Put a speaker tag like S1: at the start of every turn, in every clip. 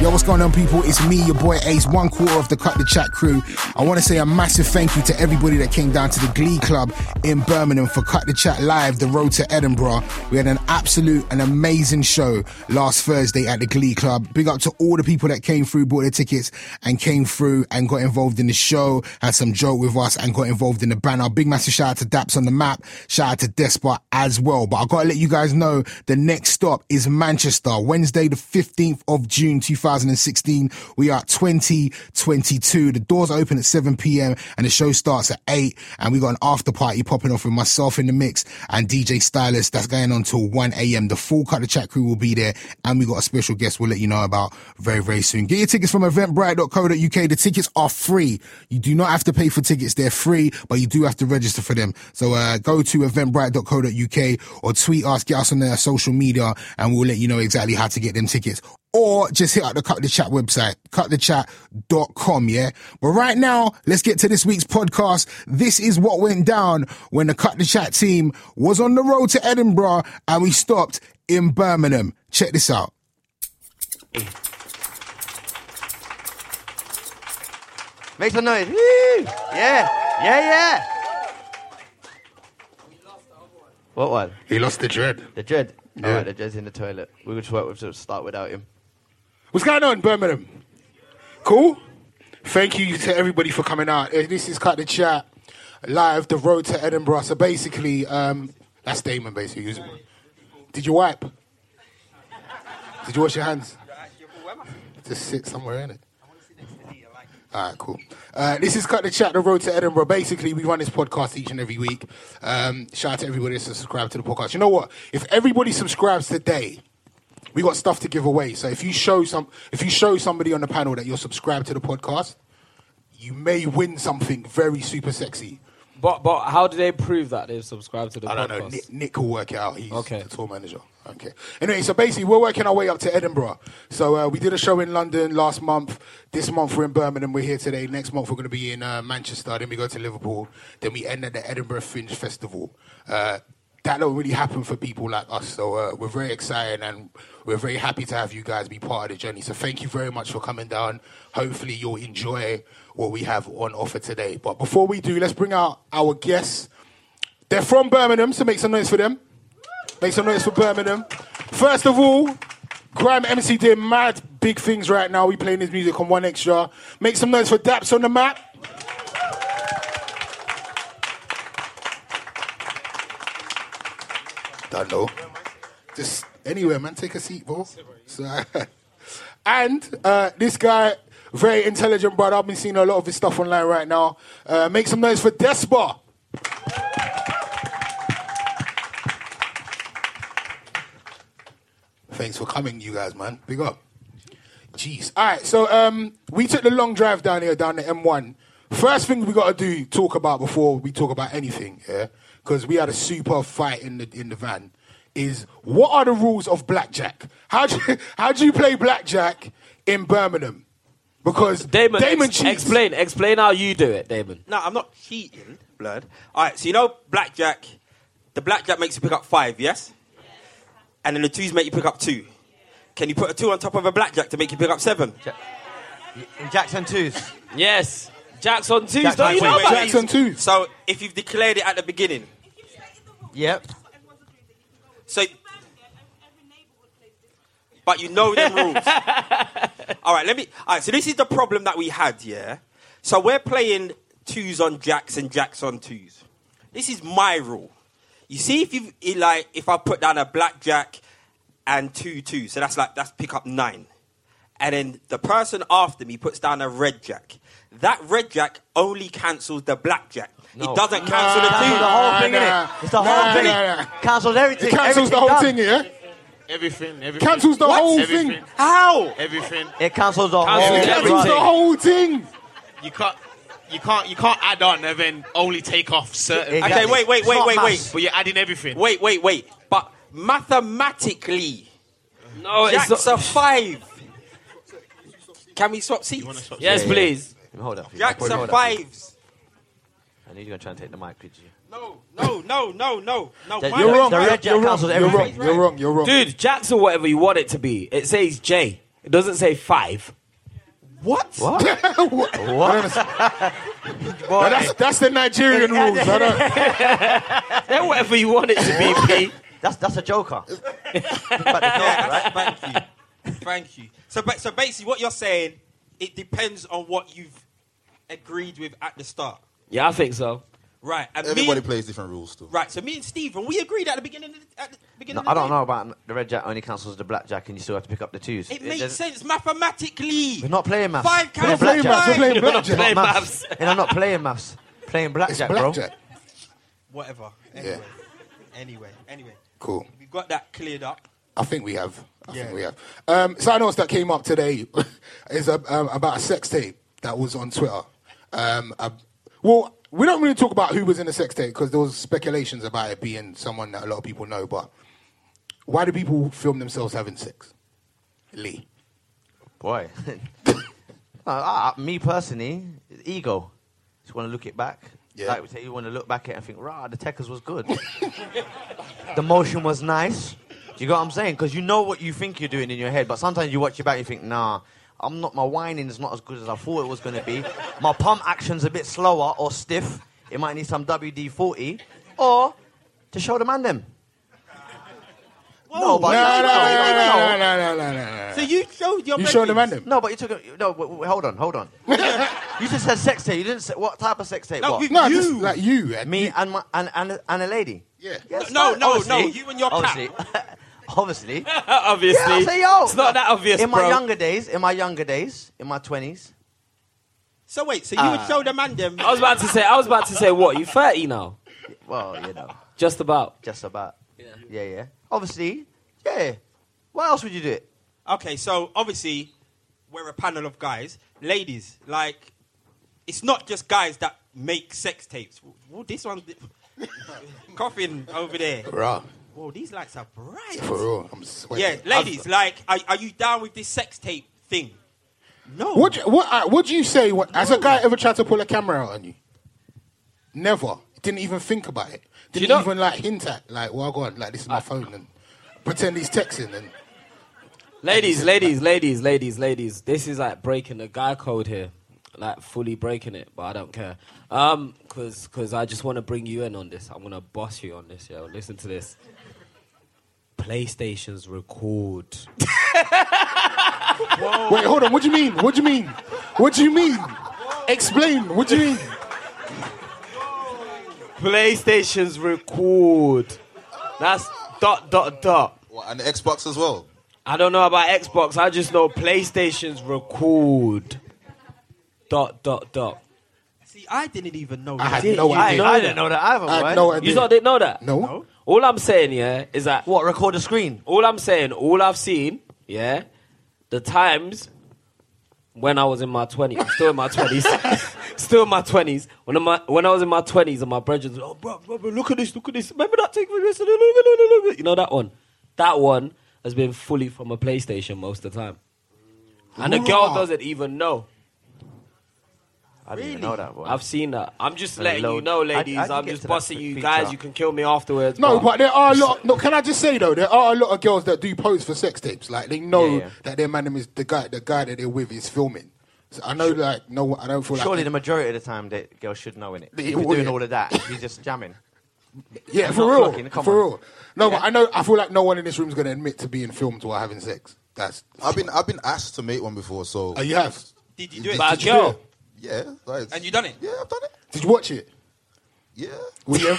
S1: Yo, what's going on, people? It's me, your boy Ace, one quarter of the Cut the Chat crew. I want to say a massive thank you to everybody that came down to the Glee Club in Birmingham for Cut the Chat Live, the road to Edinburgh. We had an absolute and amazing show last Thursday at the Glee Club. Big up to all the people that came through, bought their tickets, and came through and got involved in the show, had some joke with us, and got involved in the banner. Big massive shout out to Daps on the map, shout out to Despot as well. But I gotta let you guys know the next stop is Manchester, Wednesday, the 15th of June, 2016. We are at 2022. The doors open at 7 p.m. and the show starts at 8. And we got an after party popping off with myself in the mix and DJ Stylist. That's going on till 1 a.m. The full cut of chat crew will be there. And we got a special guest we'll let you know about very, very soon. Get your tickets from eventbrite.co.uk. The tickets are free. You do not have to pay for tickets. They're free, but you do have to register for them. So uh, go to eventbrite.co.uk or tweet us, get us on their social media, and we'll let you know exactly how to get them tickets or just hit up the Cut the Chat website, cutthechat.com, yeah? But right now, let's get to this week's podcast. This is what went down when the Cut the Chat team was on the road to Edinburgh and we stopped in Birmingham. Check this out.
S2: Make some noise. Woo! Yeah, yeah, yeah. What one?
S3: He lost the dread.
S2: The dread. All
S3: Yeah.
S2: right, the dread's in the toilet. We could work with to start without him.
S3: What's going on, Birmingham? Cool. Thank you to everybody for coming out. Uh, This is Cut the Chat live, the road to Edinburgh. So basically, um, that's Damon. Basically, He was- did you wipe? Did you wash your hands? Just sit somewhere in it. All right, cool. Uh, this is Cut the Chat, the road to Edinburgh. Basically, we run this podcast each and every week. Um, shout out to everybody that's subscribed to the podcast. You know what? If everybody subscribes today, we got stuff to give away. So if you show some, if you show somebody on the panel that you're subscribed to the podcast, you may win something very super sexy.
S4: But but how do they prove that they've subscribed to the
S3: I don't
S4: podcast?
S3: know. Nick, Nick will work it out. He's
S4: Okay.
S3: the tour manager. Okay. Anyway, so basically, we're working our way up to Edinburgh. So uh, we did a show in London last month. This month we're in Birmingham. We're here today. Next month we're going to be in uh, Manchester. Then we go to Liverpool. Then we end at the Edinburgh Fringe Festival. Uh, that don't really happen for people like us. So uh, we're very excited and we're very happy to have you guys be part of the journey. So thank you very much for coming down. Hopefully you'll enjoy what we have on offer today. But before we do, let's bring out our guests. They're from Birmingham, so make some noise for them. Make some noise for Birmingham. First of all, Grime MC did mad big things right now. We playing his music on One Extra. Make some noise for Daps on the map. Don't know. Just anywhere, man. Take a seat, bro. So, and uh, this guy, very intelligent brother. I've been seeing a lot of his stuff online right now. Uh, make some noise for Despa. Thanks for coming, you guys, man. Big up. Jeez. All right, so um, we took the long drive down here, down the M1. First thing we got to do, talk about before we talk about anything, yeah, because we had a super fight in the in the van. Is what are the rules of blackjack? How do you, how do you play blackjack in Birmingham? Because
S4: Damon,
S3: Damon
S4: ex-
S3: cheats.
S4: explain explain how you do it, Damon.
S5: No, I'm not cheating, blood. All right, so you know blackjack. The blackjack makes you pick up five, yes? And then the twos make you pick up two. Can you put a two on top of a blackjack to make you pick up seven?
S2: Jackson twos.
S4: Yes, Jack's on twos.
S2: Jack's
S4: don't
S2: on
S4: you know
S2: twos.
S4: about
S3: Jackson too.
S5: So if you've declared it at the beginning,
S2: Yep.
S5: so but you know them rules. all right, let me. All right, so this is the problem that we had, yeah. So we're playing twos on jacks and jacks on twos. This is my rule. You see, if you it like, if I put down a blackjack and two two, so that's like that's pick up nine, and then the person after me puts down a red jack. That red jack only cancels the blackjack. It doesn't cancel the two.
S2: The whole thing,
S3: Nah,
S2: innit?
S6: Uh,
S3: nah.
S2: It's the
S3: Nah,
S2: whole thing.
S3: nah, nah.
S2: Cancels everything.
S3: It cancels the
S2: everything
S3: whole
S2: done.
S3: thing, yeah.
S7: Everything, everything.
S3: Cancels the whole
S7: everything,
S3: thing.
S5: How?
S7: Everything.
S2: It cancels the
S7: Cancels
S2: whole
S3: It cancels the
S2: thing.
S3: whole thing.
S7: You can't, you can't, you can't add on and then only take off certain.
S2: It
S5: Okay, wait, wait,
S2: It's
S5: wait,
S2: not
S5: wait,
S2: maths.
S5: wait.
S7: But you're adding everything.
S5: Wait, wait, wait. But mathematically,
S4: No, it's
S5: Jack's
S4: not.
S5: a five. Can we swap seats?
S4: Yes, please.
S6: Hold up.
S5: Jack's
S6: Hold
S5: a
S6: up.
S5: fives.
S6: I knew you were going to try and take the mic, did you?
S5: No, no, no, no, no, no.
S6: That-
S5: my-
S6: You're
S3: You're wrong.
S6: The
S3: You're,
S6: Red Jack
S3: you're wrong.
S6: cancels
S3: You're wrong.
S6: everything.
S3: You're wrong. You're wrong.
S4: Dude, Jack's or whatever you want it to be. It says J. It doesn't say five.
S5: What?
S6: What?
S3: what? No, that's, that's the Nigerian
S6: Yeah,
S3: rules. I don't,
S4: Then whatever you want it to be, P.
S6: That's that's a joker. But the joker, right?
S5: Thank you. Thank you. So, ba- so basically, what you're saying, it depends on what you've agreed with at the start,
S4: Yeah, I think so.
S5: right? And
S8: Everybody
S5: me,
S8: plays different rules still.
S5: right. So me and Stephen, we agreed at the beginning. Of the, uh, at the
S6: No,
S5: beginning,
S6: I
S5: of the
S6: don't
S5: day.
S6: know about the red jack. Only cancels the black jack, and you still have to pick up the twos.
S5: It makes
S6: doesn't-
S5: sense mathematically.
S6: We're not playing maths.
S5: Five
S6: We're not
S5: cancels
S6: playing
S5: five.
S6: maths. We're
S3: playing
S6: We're not
S3: blackjack.
S6: playing
S4: Playing
S6: maths.
S4: maths.
S6: and I'm not playing maths. Playing
S3: it's
S6: blackjack, bro.
S3: blackjack.
S5: Whatever. Anyway. Anyway. Anyway.
S3: Cool.
S5: We've got that cleared up.
S3: I think we have. I
S5: Yeah.
S3: think we have. Um, something else that came up today is uh, um, about a sex tape that was on Twitter. Um, uh, well, we don't really talk about who was in the sex tape because there was speculations about it being someone that a lot of people know. But why do people film themselves having sex? Lee,
S6: Why? No, Uh, I- I- me personally, ego. Just want to look it back.
S3: Yeah.
S6: Like we say, you want to look back at it and think, rah, the Techers was good. the motion was nice. Do you get what I'm saying? Because you know what you think you're doing in your head, but sometimes you watch it back and you think, nah, I'm not. My whining is not as good as I thought it was going to be. My pump action's a bit slower or stiff. It might need some WD-40 or to show the man them. no, but
S3: no, no,
S6: you know, you know,
S3: no, no, no, no, no, no, no.
S5: So you
S4: Oh,
S5: showed your
S3: Uh, You showing the man
S5: bedrooms.
S3: them?
S6: no, but you took a, no. Wait, wait, hold on, hold on. you just said sex tape. You didn't say what type of sex tape.
S5: No,
S6: what?
S5: we-
S3: No,
S5: You.
S3: just like you and
S6: me
S3: you-
S6: and my and and, and a lady.
S3: Yeah.
S6: Yes,
S5: No,
S6: fine,
S5: no,
S6: obviously.
S5: no, you and your cat.
S6: obviously. obviously.
S4: Obviously.
S6: Yeah, I'll say, yo.
S4: It's not that obvious,
S6: In
S4: bro.
S6: my younger days, in my younger days, in my twenties.
S5: So wait, so you
S3: Ah,
S5: would show the man them.
S4: I was about to say. I was about to say what? You 30 now?
S6: Well, you know,
S4: Just about.
S6: just about. Yeah, yeah, yeah. Obviously, yeah. Why else would you do it?
S5: Okay, so obviously we're a panel of guys. Ladies, like it's not just guys that make sex tapes. Well, this one coughing over there.
S3: Bruh,
S5: Whoa, these lights are bright.
S3: for real, I'm
S5: Yeah,
S3: sweating.
S5: ladies, like are, are you down with this sex tape thing? No.
S3: Would you, what uh, would you say? What, has a guy ever tried to pull a camera out on you? Never. Didn't even think about it. Didn't
S4: know- Uh,
S3: even like hint at like, well, go on, like this is my phone and pretend he's texting and
S4: Ladies, ladies, ladies, ladies, ladies. This is like breaking the guy code here, like fully breaking it. But I don't care, um, cause, 'cause I just want to bring you in on this. I'm gonna boss you on this, yo. Listen to this. PlayStations record.
S3: wait, hold on. What do you mean? What do you mean? What do you mean? Explain. What do you mean?
S4: PlayStations record. That's dot dot dot.
S8: What, and the Xbox as well.
S4: I don't know about Xbox. I just know PlayStation's record. Dot dot dot.
S5: See, I didn't even know
S3: I
S5: that.
S3: had no
S4: you
S6: I,
S3: idea.
S6: I didn't know that either.
S3: I
S6: boy.
S3: had no
S4: You
S3: idea.
S4: not didn't know that?
S3: No.
S4: All I'm saying, yeah, is that
S6: What? Record the screen.
S4: all I'm saying, all I've seen, yeah, the times when I was in my 20s, still in my 20s, still in my 20s, when, I'm, when I was in my 20s and my brethren, oh, bro, bro, bro, look at this, look at this, remember that thing? with this? You know that one? That one has been fully from a PlayStation most of the time. And the girl
S3: Hoorah.
S4: doesn't even know.
S6: I didn't even know that. Boy.
S4: I've seen that. I'm just letting you
S6: load.
S4: know,
S6: I- I
S4: ladies.
S6: didn't
S4: I, am
S6: get to
S4: just
S6: that
S4: busting you
S6: feature.
S4: guys. You can kill me afterwards.
S6: Oh.
S3: No, but there are a lot. No, can I just say though, there are a lot of girls that do pose for sex tapes. Like they know
S6: Yeah, yeah.
S3: that their man is the guy, the guy that they're with is filming. So I know, like, no, I don't feel like.
S6: Surely the majority of the time that girls should know in it.
S3: They
S6: If you're
S3: would,
S6: doing
S3: yeah.
S6: all of that, you're just jamming.
S3: Yeah,
S6: I'm
S3: for
S6: not
S3: real.
S6: joking, come
S3: for
S6: on.
S3: real. No, but I know. I feel like no one in this room is going to admit to being filmed while having sex. That's.
S8: I've been I've been asked to make one before, so
S3: Oh, you have.
S5: Did you do it?
S4: By a girl.
S8: yeah, like,
S5: And you done it?
S8: Yeah, I've done it.
S3: Did you watch it?
S8: Yeah,
S3: Were you,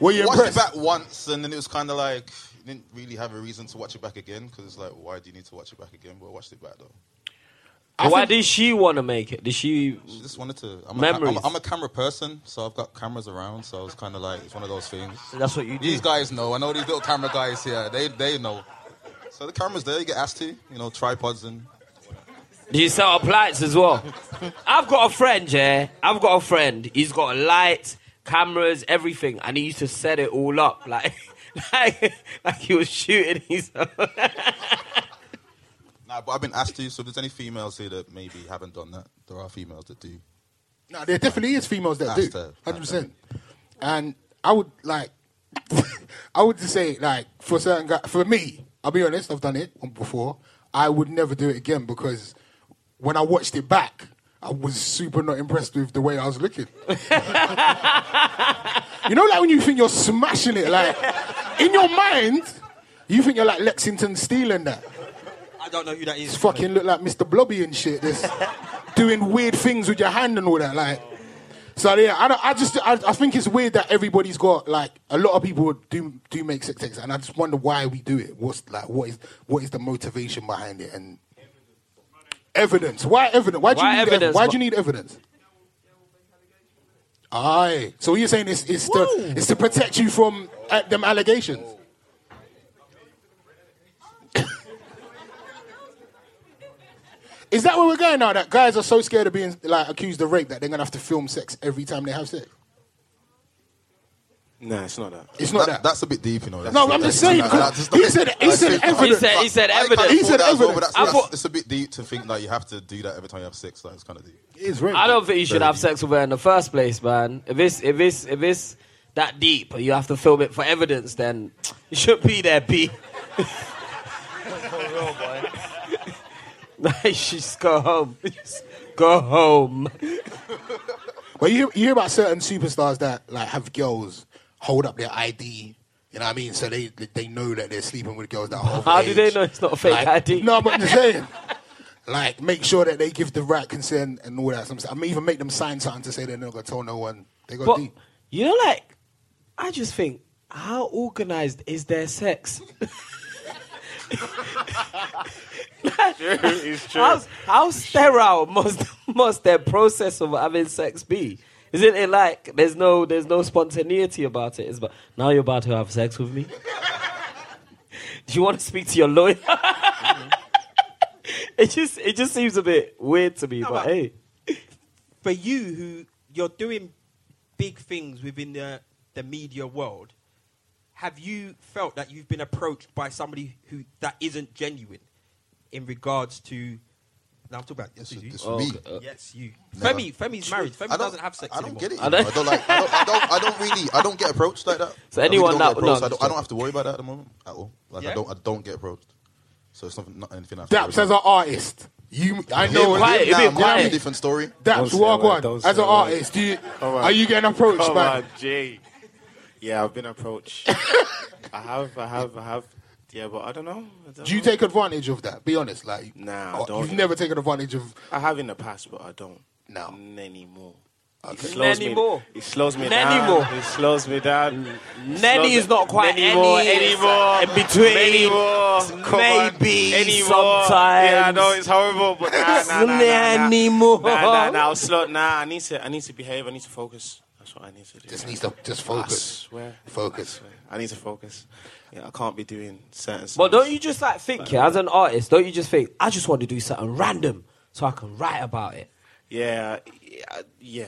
S3: were you
S8: watched it
S3: impressed?
S8: back once, and then it was kind of like didn't really have a reason to watch it back again because it's like, why do you need to watch it back again? But I watched it back though.
S4: But Why did she want to make it? Did she?
S8: I just wanted to. I'm a, I'm,
S4: Memories.
S8: a, I'm a camera person, so I've got cameras around, so it's kind of like it's one of those things.
S6: So that's what you do.
S8: These guys know. I know these little camera guys here. They they know. So the cameras there. You get asked to, you know, tripods and
S4: Do you sell appliances as well? I've got a friend, yeah. I've got a friend. He's got lights, cameras, everything, and he used to set it all up. Like like, like he was shooting himself.
S8: Nah, but I've been asked to. So, if there's any females here that maybe haven't done that, there are females that do.
S3: No, there definitely is females that do,
S8: That's the-
S3: hundred percent. And I would like, I would just say like for certain guy, for me, I'll be honest, I've done it before. I would never do it again because when I watched it back, I was super not impressed with the way I was looking. you know, like when you think you're smashing it, like in your mind, you think you're like Lexington Steel and that
S5: I don't know who that is.
S3: fucking look like Mr. Blobby and shit. That's doing weird things with your hand and all that. Like, so yeah, I, don't, I just I, I think it's weird that everybody's got like a lot of people do do make sex tapes, and I just wonder why we do it. What's like what is what is the motivation behind it and evidence? Why evidence? Why do you
S4: Why
S3: need evidence?
S4: evidence?
S3: Why do you need evidence? Aye. So what you're saying is it's to it's to protect you from uh, them allegations. Is that where we're going now? That guys are so scared of being like accused of rape that they're gonna have to film sex every time they have sex.
S5: No, it's not that.
S3: It's not that.
S8: That- That's a bit deep, you know. That's-
S3: No, I'm just saying,
S8: that's- that's- that's
S3: he
S8: not-
S3: said- he
S8: that's
S3: said
S8: just-
S3: evidence. He
S4: said- he said
S8: I- I can't
S4: evidence.
S3: He said
S8: afford that as well,
S3: evidence.
S8: but that's-
S4: I
S8: that's-
S4: thought-
S8: It's a bit deep to think that you have to do that every time you have sex. That's kind of deep.
S3: It's rape.
S4: I don't think you should have sex with her in the first place, man. If it's if it's if it's that deep, you have to film it for evidence. Then you should be there, B. Like, just go home. Just go home.
S3: But you hear, you hear about certain superstars that like have girls hold up their ID. You know what I mean? So they they know that they're sleeping with girls that are. of
S4: How do
S3: age.
S4: they know it's not a fake
S3: Like,
S4: ID?
S3: No, but I'm just saying. Like, make sure that they give the right consent and all that. I mean, even make them sign something to say they're not gonna tell no one. They go
S4: But
S3: deep.
S4: you know, like, I just think, how organized is their sex?
S7: it's true.
S4: How, how sterile must must their process of having sex be? Isn't it like there's no there's no spontaneity about it? It's but now you're about to have sex with me. Do you want to speak to your lawyer? it just it just seems a bit weird to me, but
S5: but-
S4: hey,
S5: For you, who you're doing big things within the the media world, have you felt that you've been approached by somebody who that isn't genuine in regards to? Now I'm talking about
S8: This
S5: this.
S8: is
S5: you.
S8: this is
S4: Oh,
S8: me.
S4: okay.
S5: Yes, you.
S8: Never.
S5: Femi, Femi's married. Femi
S8: don't-
S5: doesn't have sex
S8: I don't
S5: anymore.
S8: get it.
S4: I
S8: I
S4: don't-
S8: don't, I don't like. I don't, I don't. I don't really. I don't get approached like that.
S4: So
S8: I really
S4: anyone
S8: don't
S4: that-
S8: get approached.
S4: no,
S8: I, don't, I don't have to worry about that at the moment at all. Like
S5: Yeah.
S8: I don't. I don't get approached. So it's not, not anything. I have to worry
S3: Daps as an
S8: about.
S3: artist. You, I
S8: Yeah,
S3: know.
S8: but
S4: quiet,
S8: now
S4: be
S8: I'm gonna have
S4: quiet.
S8: a different story.
S3: Daps,
S9: say
S3: walk
S9: a word,
S3: on.
S9: don't
S3: As an
S9: say a word.
S3: artist, do you,
S9: Come on.
S3: are you getting approached,
S9: Come
S3: man?
S9: on, Jay. Yeah, I've been approached. I have, I have, I have. Yeah, but I don't know. I don't
S3: Do you
S9: know.
S3: take advantage of that? Be honest, like
S9: Nah, I
S3: oh,
S9: don't.
S3: You've never taken advantage of.
S9: I have in the past, but I don't.
S3: No.
S9: N- anymore. It
S3: Okay.
S9: slows me.
S4: Nanny-more.
S9: It slows me
S4: Nanny-more.
S9: down. It slows me down.
S4: Nanny is not quite
S9: anymore.
S4: any, it's
S9: anymore.
S4: in between.
S9: Anymore. Come on.
S4: Maybe
S9: Anymore.
S4: sometimes.
S9: Yeah, I know it's horrible, but nah, nah, nah, nah, nah.
S4: Nanny-more.
S9: Nah, nah, nah. I'll slow. Nah, I need to. I need to behave. I need to focus. That's what I need to do.
S3: Just needs to just
S9: I
S3: focus.
S9: swear.
S3: Focus.
S9: I need to focus. Yeah, I can't be doing certain.
S4: But
S9: songs.
S4: don't you just like think, yeah, as an artist, don't you just think, I just want to do something random so I can write about it?
S9: Yeah, yeah, yeah.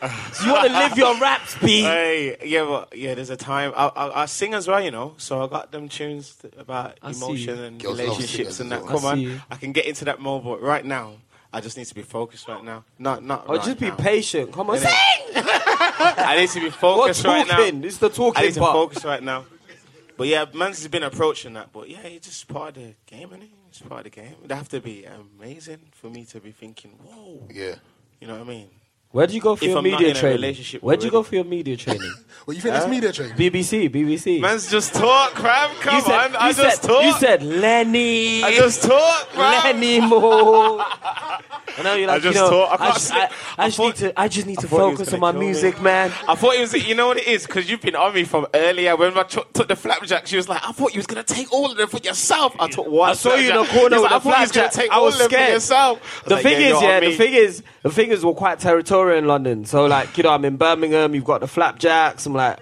S4: Do you want to live your raps, B?
S9: Hey, yeah, but yeah. There's a time I, I I sing as well, you know. So I got them tunes th- about
S4: I see.
S9: emotion and
S3: Girls love singers
S9: relationships and
S3: as
S9: that.
S3: well.
S9: Come
S4: I
S9: on,
S4: see.
S9: I can get into that mode, but right now I just need to be focused. Right now, not not.
S4: Or
S9: right
S4: Oh, just be
S9: now.
S4: patient. Come on, sing!
S9: I need to be
S4: What
S9: focused right
S4: talking?
S9: now.
S4: It's the
S9: I
S4: talking
S9: need to
S4: part.
S9: focus right now. But yeah, man's been approaching that. But yeah, it's just part of the game, isn't it? It's part of the game. It'd have to be amazing for me to be thinking, whoa.
S3: Yeah.
S9: You know what I mean?
S4: Where do you go for
S9: If
S4: your
S9: I'm not
S4: media
S9: in a
S4: training?
S9: relationship
S4: Where do you go
S9: already.
S4: for your media training?
S3: Well, you think that's media training?
S4: BBC, BBC.
S9: Man's just talk, fam. Come
S4: you said,
S9: on, I
S4: you
S9: just
S4: said,
S9: talk.
S4: You said Lenny.
S9: I just talk, fam.
S4: Lenny Moore. I know you're like,
S9: I just
S4: you know,
S9: thought- I
S4: I,
S9: thought-
S4: just, I, I just need to, I just need to
S9: thought he was
S4: focus
S9: gonna
S4: on my
S9: kill me.
S4: music, man.
S9: I thought it was, you know what it is? Because you've been on me from earlier. When I took took the flapjack, she was like, I thought you was going to take all of them for yourself. I took one.
S4: I saw you in the
S9: flapjack.
S4: corner
S9: She's
S4: with the
S9: like, I thought you was gonna
S4: flapjack.
S9: take
S4: I
S9: all
S4: was
S9: of them
S4: scared.
S9: for yourself. I was
S4: The
S9: like,
S4: thing
S9: you're
S4: is,
S9: on
S4: yeah,
S9: me.
S4: the thing is, the thing is, we're quite territorial in London. So, like, you know, I'm in Birmingham, you've got the flapjacks. I'm like,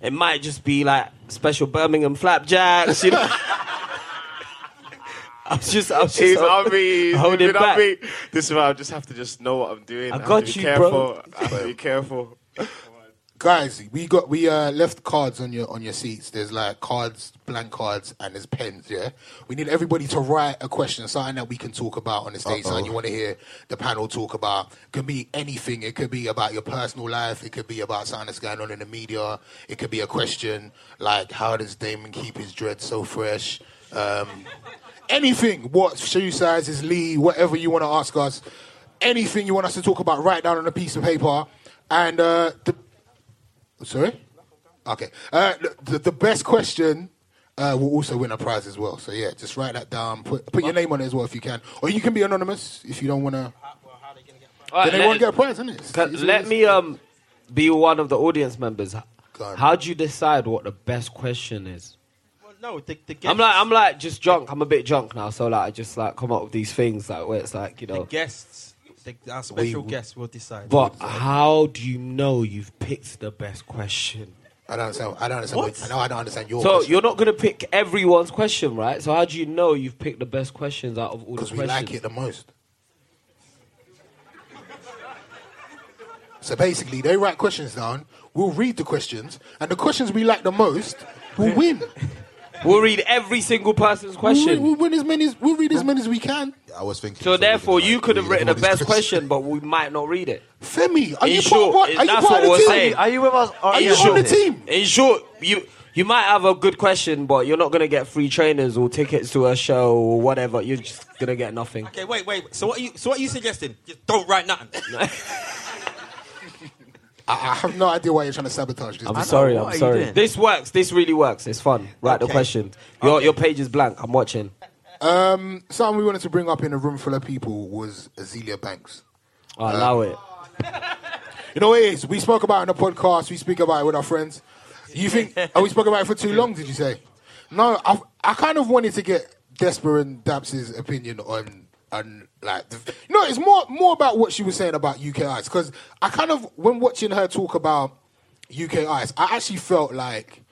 S4: it might just be like special Birmingham flapjacks, you know. I was just, I was just
S9: She's on me.
S4: hold
S9: Hold
S4: it
S9: it
S4: back.
S9: on me. This is why I just have to just know what I'm doing.
S4: I
S9: have
S4: got
S9: to be
S4: you,
S9: careful.
S4: bro.
S9: I have to be careful.
S3: guys, we got we uh, left cards on your on your seats. There's like cards, blank cards, and there's pens. Yeah, we need everybody to write a question, something that we can talk about on the stage. Something you want to hear the panel talk about. Could be anything. It could be about your personal life. It could be about something that's going on in the media. It could be a question like, how does Damon keep his dread so fresh? Um, anything. What shoe size is Lee? Whatever you want to ask us. Anything you want us to talk about, write down on a piece of paper. And uh, the Sorry? Okay. Uh, the, the best question uh, will also win a prize as well. So, yeah, just write that down. Put, put your name on it as well if you can. Or you can be anonymous if you don't want to. Then
S4: Alright,
S3: they
S4: let-
S3: won't get a prize, innit? It's-
S4: Can-
S3: it's-
S4: let
S3: it's-
S4: me um be one of the audience members.
S3: Go on.
S4: How do you decide what the best question is?
S5: Well, no, the, the guest,
S4: I'm like I'm like just drunk. I'm a bit drunk now, so like I just like come up with these things like where it's like you know.
S5: guests, the, our special guests will decide.
S4: But how do you know you've picked the best question?
S3: I don't understand. I don't understand. What? I, know, I don't understand your
S4: So
S3: question.
S4: you're not gonna pick everyone's question, right? So how do you know you've picked the best questions out of all the
S3: Because
S4: questions?
S3: we like it the most. So basically, they write questions down. We'll read the questions, and the questions we like the most
S4: Eh,
S3: will win.
S4: We'll read every single person's
S3: We'll,
S4: question.
S3: we'll win as many. As, we'll read as many as we can.
S8: I was thinking.
S4: so therefore, you could have written the best
S8: question.
S4: question, but we might not read it.
S3: Femi, are
S4: In
S3: you
S4: short,
S3: part
S4: eh,
S3: of, are you
S4: that's
S3: part
S4: what
S3: of the
S4: we're
S3: team?
S4: saying.
S6: Are you with us? Or
S3: Are you on the
S4: short-
S3: team?
S4: In short, you you might have a good question, but you're not gonna get free trainers or tickets to a show or whatever. You're just gonna get nothing.
S5: Okay, wait, wait. So what are you? So what are you suggesting? Just don't write nothing. Ah,
S3: I, I have no idea why you're trying to sabotage this.
S4: I'm sorry.
S6: what are
S4: I'm
S6: you
S4: sorry.
S6: doing?
S4: This works. This really works. It's fun. Write the
S5: Okay.
S4: question. Your your page is blank. I'm watching.
S3: Um, Something we wanted to bring up in a room full of people was Azealia Banks. Um,
S4: I allow it.
S3: You know what it is? We spoke about it on the podcast. We speak about it with our friends. You think? oh, we spoke about it for too long? Did you say? No, I I kind of wanted to get Desper and Daps's opinion on on like the, no, it's more more about what she was saying about UK Ice because I kind of when watching her talk about UK Ice, I actually felt like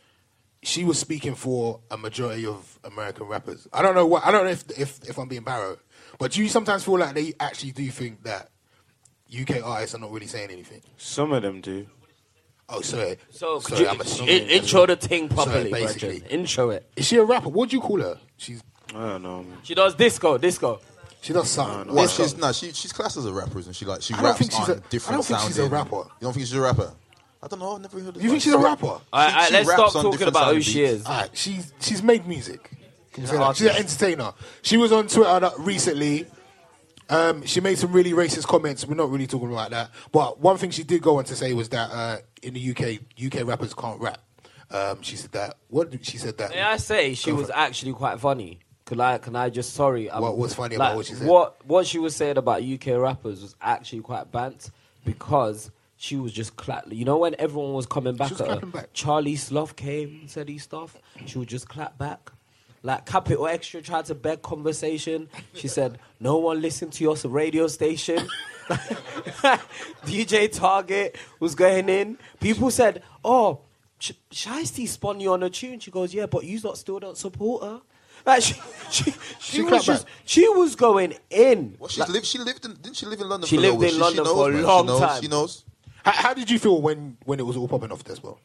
S3: she was speaking for a majority of American rappers. I don't know what I don't know if if, if I'm being barrow, but do you sometimes feel like they actually do think that UK artists are not really saying anything?
S9: Some of them do.
S3: Oh, sorry.
S4: So could
S3: sorry, I'm
S4: you
S3: assuming.
S4: in, intro the thing
S3: Sorry,
S4: properly, Bridget.
S3: basically.
S4: Intro it.
S3: Is she a rapper? What do you call her? She's
S9: I don't know. Man.
S4: She does disco. Disco.
S3: she does something.
S8: Well,
S3: What's
S8: she's
S3: her-
S8: no, she, she's classed as a rapper, isn't she? Like she
S3: I don't
S8: raps
S3: think she's
S8: on
S3: a- I
S8: different
S3: don't think she's a
S8: sounding-
S3: rapper.
S8: You don't think she's a rapper? I don't know. I've never heard. of
S3: You think she's a rapper?
S4: All right, all right,
S8: she
S4: let's
S8: raps
S4: stop
S8: on
S4: talking
S8: different
S4: about who
S8: sounding
S4: she
S8: beats.
S4: is.
S3: Alright, she's she's made music. Can we say
S4: an
S3: that? She's an
S4: artist.
S3: entertainer. She was on Twitter that recently. Um, she made some really racist comments. We're not really talking about that. But one thing she did go on to say was that uh, in the UK, UK rappers can't rap. Um, she said that. What did she said that?
S4: May I say she was actually quite funny. Can I? Can I just sorry? um,
S3: What was funny about what she said?
S4: What what she was saying about UK rappers was actually quite bant because she was just clap. You know when everyone was coming back
S3: was
S4: at her,
S3: clapping back.
S4: Charlie Slough came and said his stuff. She would just clap back. Like Capital Extra tried to beg conversation. She said, "No one listened to your radio station." DJ Target was going in. People said, "Oh, Sh- Shiesty spun you on a tune." She goes, "Yeah, but you lot still don't support her." Like she, she, she, was
S3: clapped
S4: just,
S3: back.
S4: she was going in.
S8: Well, she's lived. She lived in. Didn't she live in London?
S4: She
S8: for a
S4: lived
S8: little while?
S4: in London
S8: knows,
S4: for a
S8: man.
S4: long
S8: she knows,
S4: time.
S8: She knows.
S3: How, how did you feel when, when it was all popping off as well?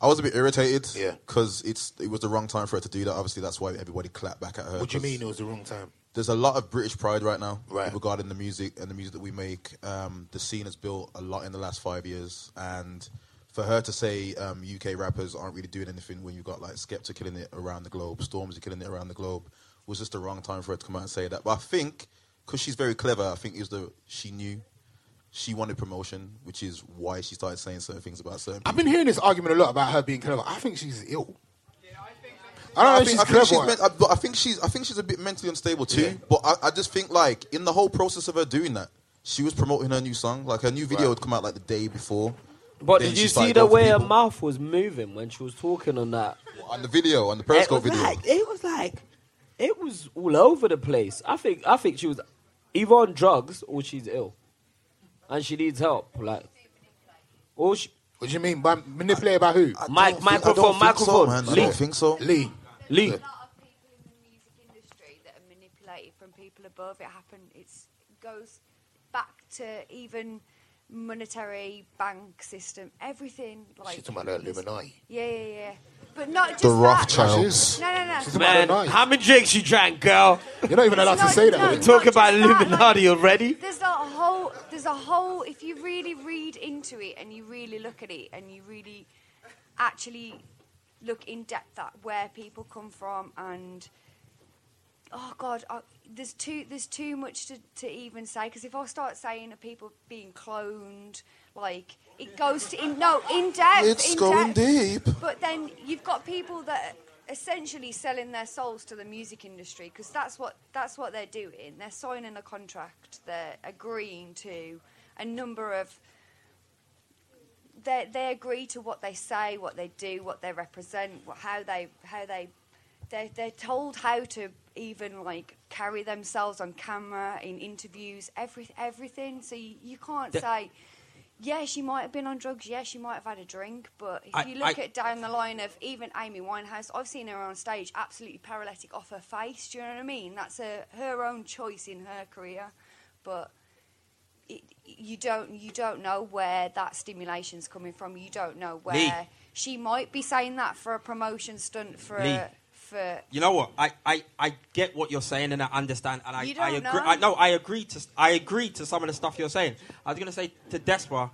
S8: I was a bit irritated.
S3: Yeah.
S8: Because it's it was the wrong time for her to do that. Obviously, that's why everybody clapped back at her.
S3: What do you
S8: 'cause
S3: mean it was the wrong time?
S8: There's a lot of British pride right now
S3: Right.
S8: regarding the music and the music that we make. Um, the scene has built a lot in the last five years, and for her to say um, UK rappers aren't really doing anything when you've got like Skepta killing it around the globe, Storms are killing it around the globe, was just the wrong time for her to come out and say that. But I think because she's very clever, I think it was the she knew. She wanted promotion, which is why she started saying certain things about certain.
S3: I've been hearing this argument a lot about her being clever. I think she's ill. I
S8: I
S3: don't know if
S8: think-
S3: she's
S8: I think
S3: clever.
S8: men- I- but I think she's I think she's a bit mentally unstable too. But I, I just think like in the whole process of her doing that, she was promoting her new song. Like her new video would come out like the day before.
S4: But
S8: Then
S4: did
S8: she
S4: you see
S8: started
S4: the
S8: going for
S4: way um, her
S8: people.
S4: mouth was moving when she was talking on that?
S8: on the video on the
S4: It
S8: Periscope
S4: was
S8: video?
S4: like it was like it was all over the place. I think I think she was either on drugs or she's ill, and she needs help. Like, or she,
S3: what do you mean by manipulated by who?
S8: I don't
S4: Mic-
S8: think-
S4: microphone,
S8: I don't think so,
S4: microphone.
S8: man. I
S4: Lee.
S8: don't think so.
S3: Lee.
S4: Lee.
S10: lot of people in the music industry that are manipulated from people above. It happened. It's it goes back to even monetary bank system, everything. Like
S3: She's talking about the Illuminati.
S10: Yeah, yeah, yeah. But not just
S3: The
S10: that.
S3: Rothschilds.
S10: No, no, no.
S4: Man, how many drinks you drank, girl?
S3: You're not even
S10: allowed to It's say not- that. no,
S4: We're talking
S10: it's
S4: about
S10: not just that,
S4: Illuminati already.
S10: There's a whole. There's a whole. If you really read into it and you really look at it and you really actually look in depth at where people come from and oh god, I, there's too there's too much to, to even say because if I start saying that people being cloned, like it goes to in, no in depth.
S8: It's
S10: in
S8: going
S10: depth. But then you've got people that are essentially selling their souls to the music industry because that's what that's what they're doing. They're signing a contract. They're agreeing to a number of they they agree to what they say, what they do, what they represent, what, how they how they they they're told how to even like carry themselves on camera in interviews, every everything. So you, you can't
S5: Yeah.
S10: say. Yeah, she might have been on drugs. Yeah, she might have had a drink. But if
S5: I-
S10: you look
S5: I-
S10: at down the line of even Amy Winehouse, I've seen her on stage absolutely paralytic off her face. Do you know what I mean? That's a, her own choice in her career. But it, you don't you don't know where that stimulation's coming from. You don't know where
S5: Lee.
S10: she might be saying that for a promotion stunt for
S5: Lee.
S10: a, for
S5: You know what? I, I, I get what you're saying and I understand and I,
S10: You don't
S5: I agree.
S10: know.
S5: I, no, I agree to I agree to some of the stuff you're saying. I was gonna say to Despa,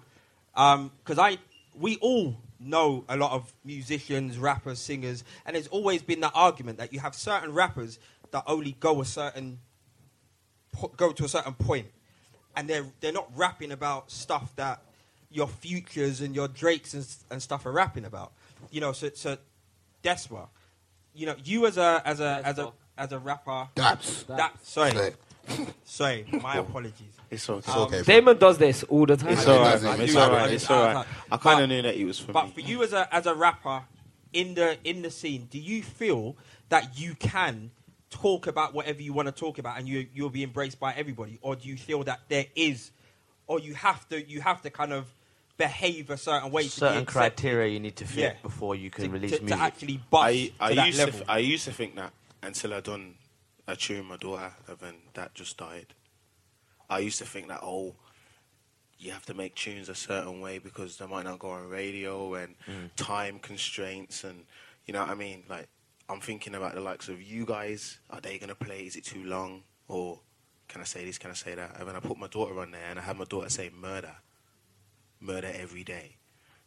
S5: because I we all know a lot of musicians, rappers, singers, and there's always been that argument that you have certain rappers that only go a certain po- go to a certain point, and they're they're not rapping about stuff that your futures and your Drakes and, s- and stuff are rapping about. You know, so so Despa, you know, you as a as a as a as a rapper,
S3: Daps.
S5: Dap- sorry, sorry, my apologies. Um,
S9: It's okay.
S5: It's okay,
S4: Damon does this all the time.
S9: It's all right,
S4: I
S9: man.
S4: do
S9: It's
S4: that,
S9: all
S4: I
S9: right.
S4: do
S9: It's
S4: that
S9: all
S4: all the
S9: right.
S4: time.
S9: I kind of knew that it was for
S5: But
S9: me.
S5: for you as a as a rapper in the in the scene, do you feel that you can talk about whatever you want to talk about and you you'll be embraced by everybody, or do you feel that there is, or you have to you have to kind of behave a certain way
S6: Certain
S5: to be accepted?
S6: criteria you need to fit
S5: Yeah.
S6: before you can
S5: To-
S6: release
S5: to- to
S6: music.
S5: actually bust
S9: I, I
S5: to that
S9: used
S5: level.
S9: To, I used to think that until I done a tune with my daughter, and then that just died. I used to think that oh, you have to make tunes a certain way because they might not go on radio and
S6: Mm.
S9: time constraints and you know what I mean. Like I'm thinking about the likes of you guys. Are they gonna play? Is it too long? Or can I say this? Can I say that? And then I put my daughter on there, and I had my daughter say murder, murder every day.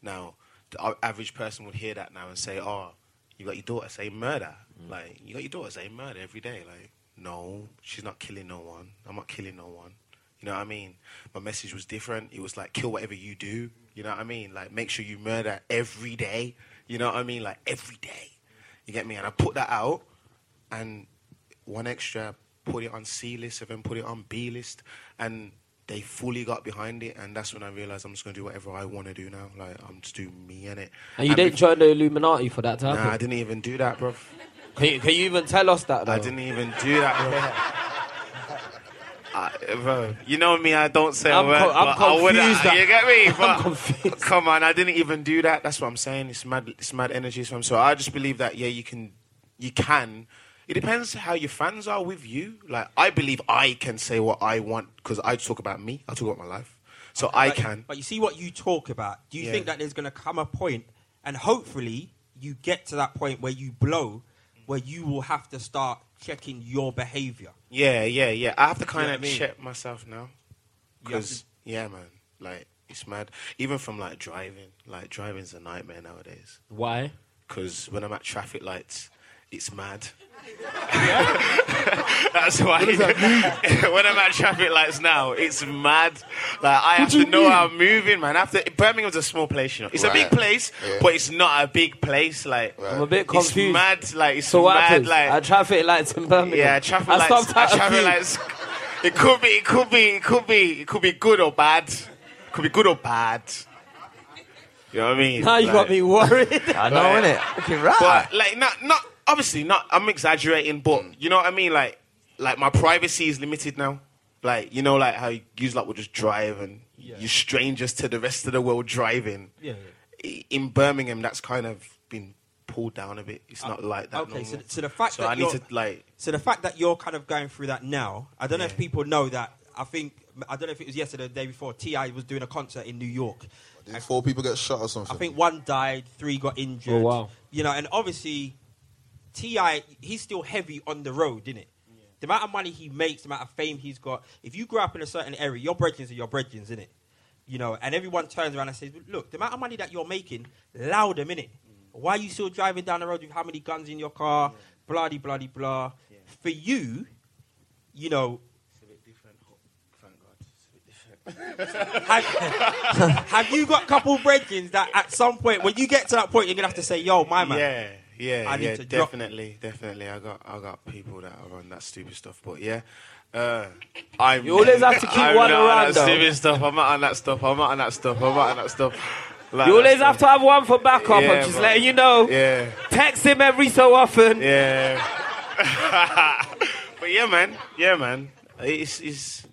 S9: Now the a- average person would hear that now and say, oh, you got your daughter saying murder.
S4: Mm.
S9: Like, you got your daughter saying murder every day. Like, no, she's not killing no one. I'm not killing no one. You know what I mean? My message was different. It was like, kill whatever you do. You know what I mean? Like, make sure you murder every day. You know what I mean? Like, every day. You get me? And I put that out, and one extra put it on C list, and then put it on B list, and they fully got behind it. And that's when I realized I'm just gonna do whatever I want to do now. Like, I'm just doing me and it.
S4: And you didn't
S9: bef-
S4: join the Illuminati for that to happen.
S9: Nah, I didn't even do that, bro.
S4: Can you, can you even tell us that? Though?
S9: I didn't even do that, bro. I, bro. You know me, I don't say
S4: I'm
S9: a word.
S4: co- I'm
S9: but I would- uh,
S4: confused that-
S9: You get me? But
S4: I'm confused.
S9: Come on, I didn't even do that. That's what I'm saying. It's mad. It's mad energy from. So I just believe that yeah, you can, you can. It depends how your fans are with you. Like I believe I can say what I want because I talk about me. I talk about my life, so I
S5: But-
S9: can.
S5: But you see what you talk about. Do you
S9: Yeah.
S5: think that there's going to come a point, and hopefully you get to that point where you blow, where you will have to start checking your behavior.
S9: Yeah, yeah, yeah. I have to kind
S5: what I
S9: of
S5: mean?
S9: check myself now.
S5: You have
S9: Because yeah, man, like it's mad. Even from like driving, like driving's a nightmare nowadays.
S4: Why?
S9: Because when I'm at traffic lights, it's mad. That's why. when I'm at traffic lights now, it's mad. Like I have to know how I'm moving, man. I have to. Birmingham's a small place, you know. It's a big
S3: Right.
S9: place,
S3: Yeah.
S9: but it's not a big place. Like
S4: I'm a bit
S9: it's
S4: confused.
S9: mad. Like it's
S4: so what
S9: mad.
S4: happens?
S9: Like
S4: I traffic lights in Birmingham.
S9: yeah, traffic
S4: I
S9: lights.
S4: Stopped
S9: uh,
S4: at a
S9: traffic
S4: few.
S9: lights. It could be. It could be. It could be. It could be good or bad. Could be good or bad. You know what I mean?
S4: Now you
S9: Like-
S4: got me worried.
S6: I know,
S9: Right.
S6: innit? Looking right.
S9: But like, not not obviously not. I'm exaggerating, but
S4: Mm.
S9: you know what I mean. Like, like my privacy is limited now. Like, you know, like how you like will just drive and you're strangers to the rest of the world driving.
S5: Yeah,
S9: I- In Birmingham, that's kind of been pulled down a bit. It's not like that.
S5: Uh, okay, so,
S9: normal.
S5: so the fact
S9: So
S5: that
S9: I need
S5: you're-
S9: to like
S5: so the fact that you're kind of going through that now, I don't know if people know that. I think I don't know if it was yesterday or the day before. Ti was doing a concert in New York.
S8: Did four people get shot or something?
S5: I think one died, three got injured.
S8: Oh, wow.
S5: You know, and obviously, Ti he's still heavy on the road, isn't it? The amount of money he makes, the amount of fame he's got. If you grow up in a certain area, your brethren's are your brethren's, isn't it? You know, and everyone turns around and says, "Look, the amount of money that you're making, loud a minute. Why are you still driving down the road with how many guns in your car? Bloody, bloody, blah." For you, you know,
S9: It's a bit different. Thank God.
S5: have, have you got a couple of break-ins that at some point, when you get to that point, you're gonna have to say, "Yo, my man."
S9: Yeah, yeah,
S5: I need
S9: yeah,
S5: to drop.
S9: definitely, definitely. I got, I got people that are on that stupid stuff, but yeah, uh, I'm.
S4: You always have to keep
S9: I'm
S4: one
S9: not on
S4: around,
S9: that
S4: though.
S9: stupid stuff. I'm not on that stuff. I'm not on that stuff. I'm not on that stuff. Like
S4: you
S9: that
S4: always
S9: stuff.
S4: have to have one for backup.
S9: Yeah,
S4: I'm just
S9: bro.
S4: letting you know.
S9: Yeah.
S4: Text him every so often.
S9: Yeah. but yeah, man. Yeah, man. It's, it's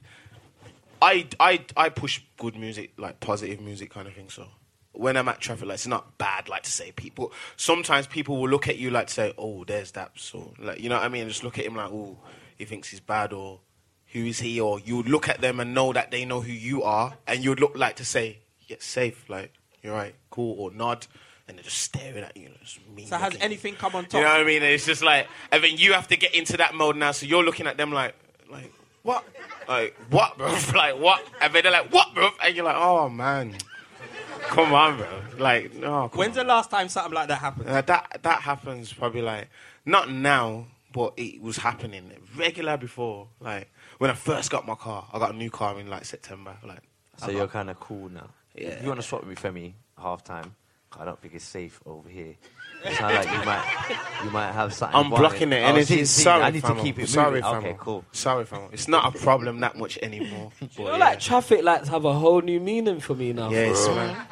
S9: I, I, I push good music, like positive music kind of thing. So when I'm at traffic lights, it's not bad, like to say people. Sometimes people will look at you like say, "Oh, there's that." So like, you know what I mean? Just look at him like, "Oh, he thinks he's bad," or "Who is he?" Or you would look at them and know that they know who you are, and you'd look like to say, "Yeah, safe." Like you're right, cool, or nod, and they're just staring at you. Like, it's mean
S5: So has
S9: looking.
S5: anything come on top?
S9: You know what I mean? It's just like, and then you have to get into that mode now. So you're looking at them like, like what, like what, bro? Like what? And then they're like, what, bro? And you're like, oh man, come on, bro. Like no. come
S5: When's the last time something like that happened?
S9: uh, that that happens probably like not now, but it was happening regular before. Like when I first got my car, I got a new car in like September. Like
S6: So you're kind of cool now.
S9: Yeah.
S6: If you want to swap with Femi half time, I don't think it's safe over here. It's not like you might, you might have something.
S9: I'm blocking the
S6: bothering- Oh,
S9: energy.
S6: see, see,
S9: sorry,
S6: I need to
S9: famo.
S6: keep it
S9: Sorry,
S6: moving.
S9: famo.
S6: Okay, cool.
S9: Sorry, famo. It's not a problem that much anymore. but
S4: You know,
S9: yeah.
S4: like traffic lights have a whole new meaning for me now.
S9: Yes,
S4: bro.
S9: man.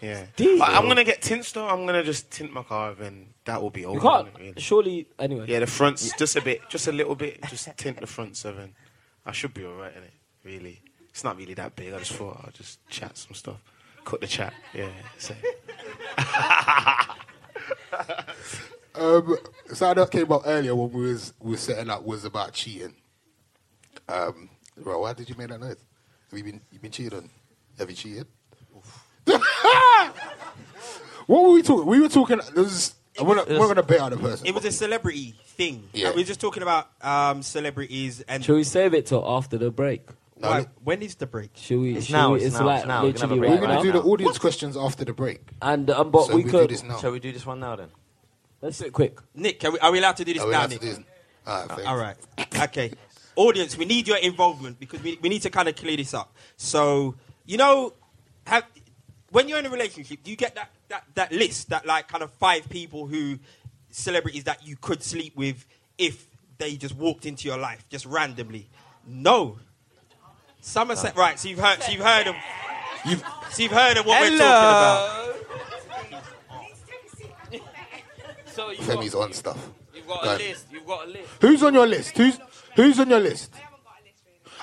S9: Yeah.
S4: deep.
S9: I, am gonna get tints though. I'm gonna just tint my car, and that will be over.
S4: You can't.
S9: won't it, really?
S4: Surely, anyway.
S9: Yeah, the fronts just a bit, just a little bit, just tint the front seven. I should be alright in it. Really, it's not really that big. I just thought I'll just chat some stuff, cut the chat. Yeah. So.
S3: Um, something that came up earlier when we was we were setting up was about cheating. Um, bro, why did you make that noise? Have you been you been cheated on? Have you cheated? what were we talking? We were talking. There was, we're not, we're gonna bet on the person.
S5: It was a celebrity thing.
S3: Yeah.
S5: And we were just talking about um, celebrities and
S4: Should we save it till after the break?
S5: Why- when is the break?
S4: Should we?
S6: It's
S4: should
S6: now,
S4: We,
S6: it's
S4: it's
S6: now,
S4: like
S6: it's now. We're gonna
S4: literally
S6: have a
S4: right
S3: we're gonna
S4: now.
S3: do the audience questions after the break.
S4: And um, but
S3: So
S4: we
S3: we do
S4: could.
S3: this now.
S6: Shall we do this one now then?
S4: Let's do it quick.
S5: Nick, are we, are we allowed to do this
S3: Are we
S5: now,
S3: allowed to
S5: Nick?
S3: do this? All right,
S5: All right. Okay. Audience, we need your involvement because we, we need to kind of clear this up. So, you know, have, when you're in a relationship, do you get that, that, that list, that like kind of five people who, celebrities that you could sleep with if they just walked into your life just randomly? No. Somerset, right, so you've heard, so you've heard of, you've, so you've heard of what we're talking about.
S4: So you
S3: Femi's on stuff.
S4: have
S3: got a Right.
S4: list. You've got a list.
S3: Who's on your list? Who's who's on your list?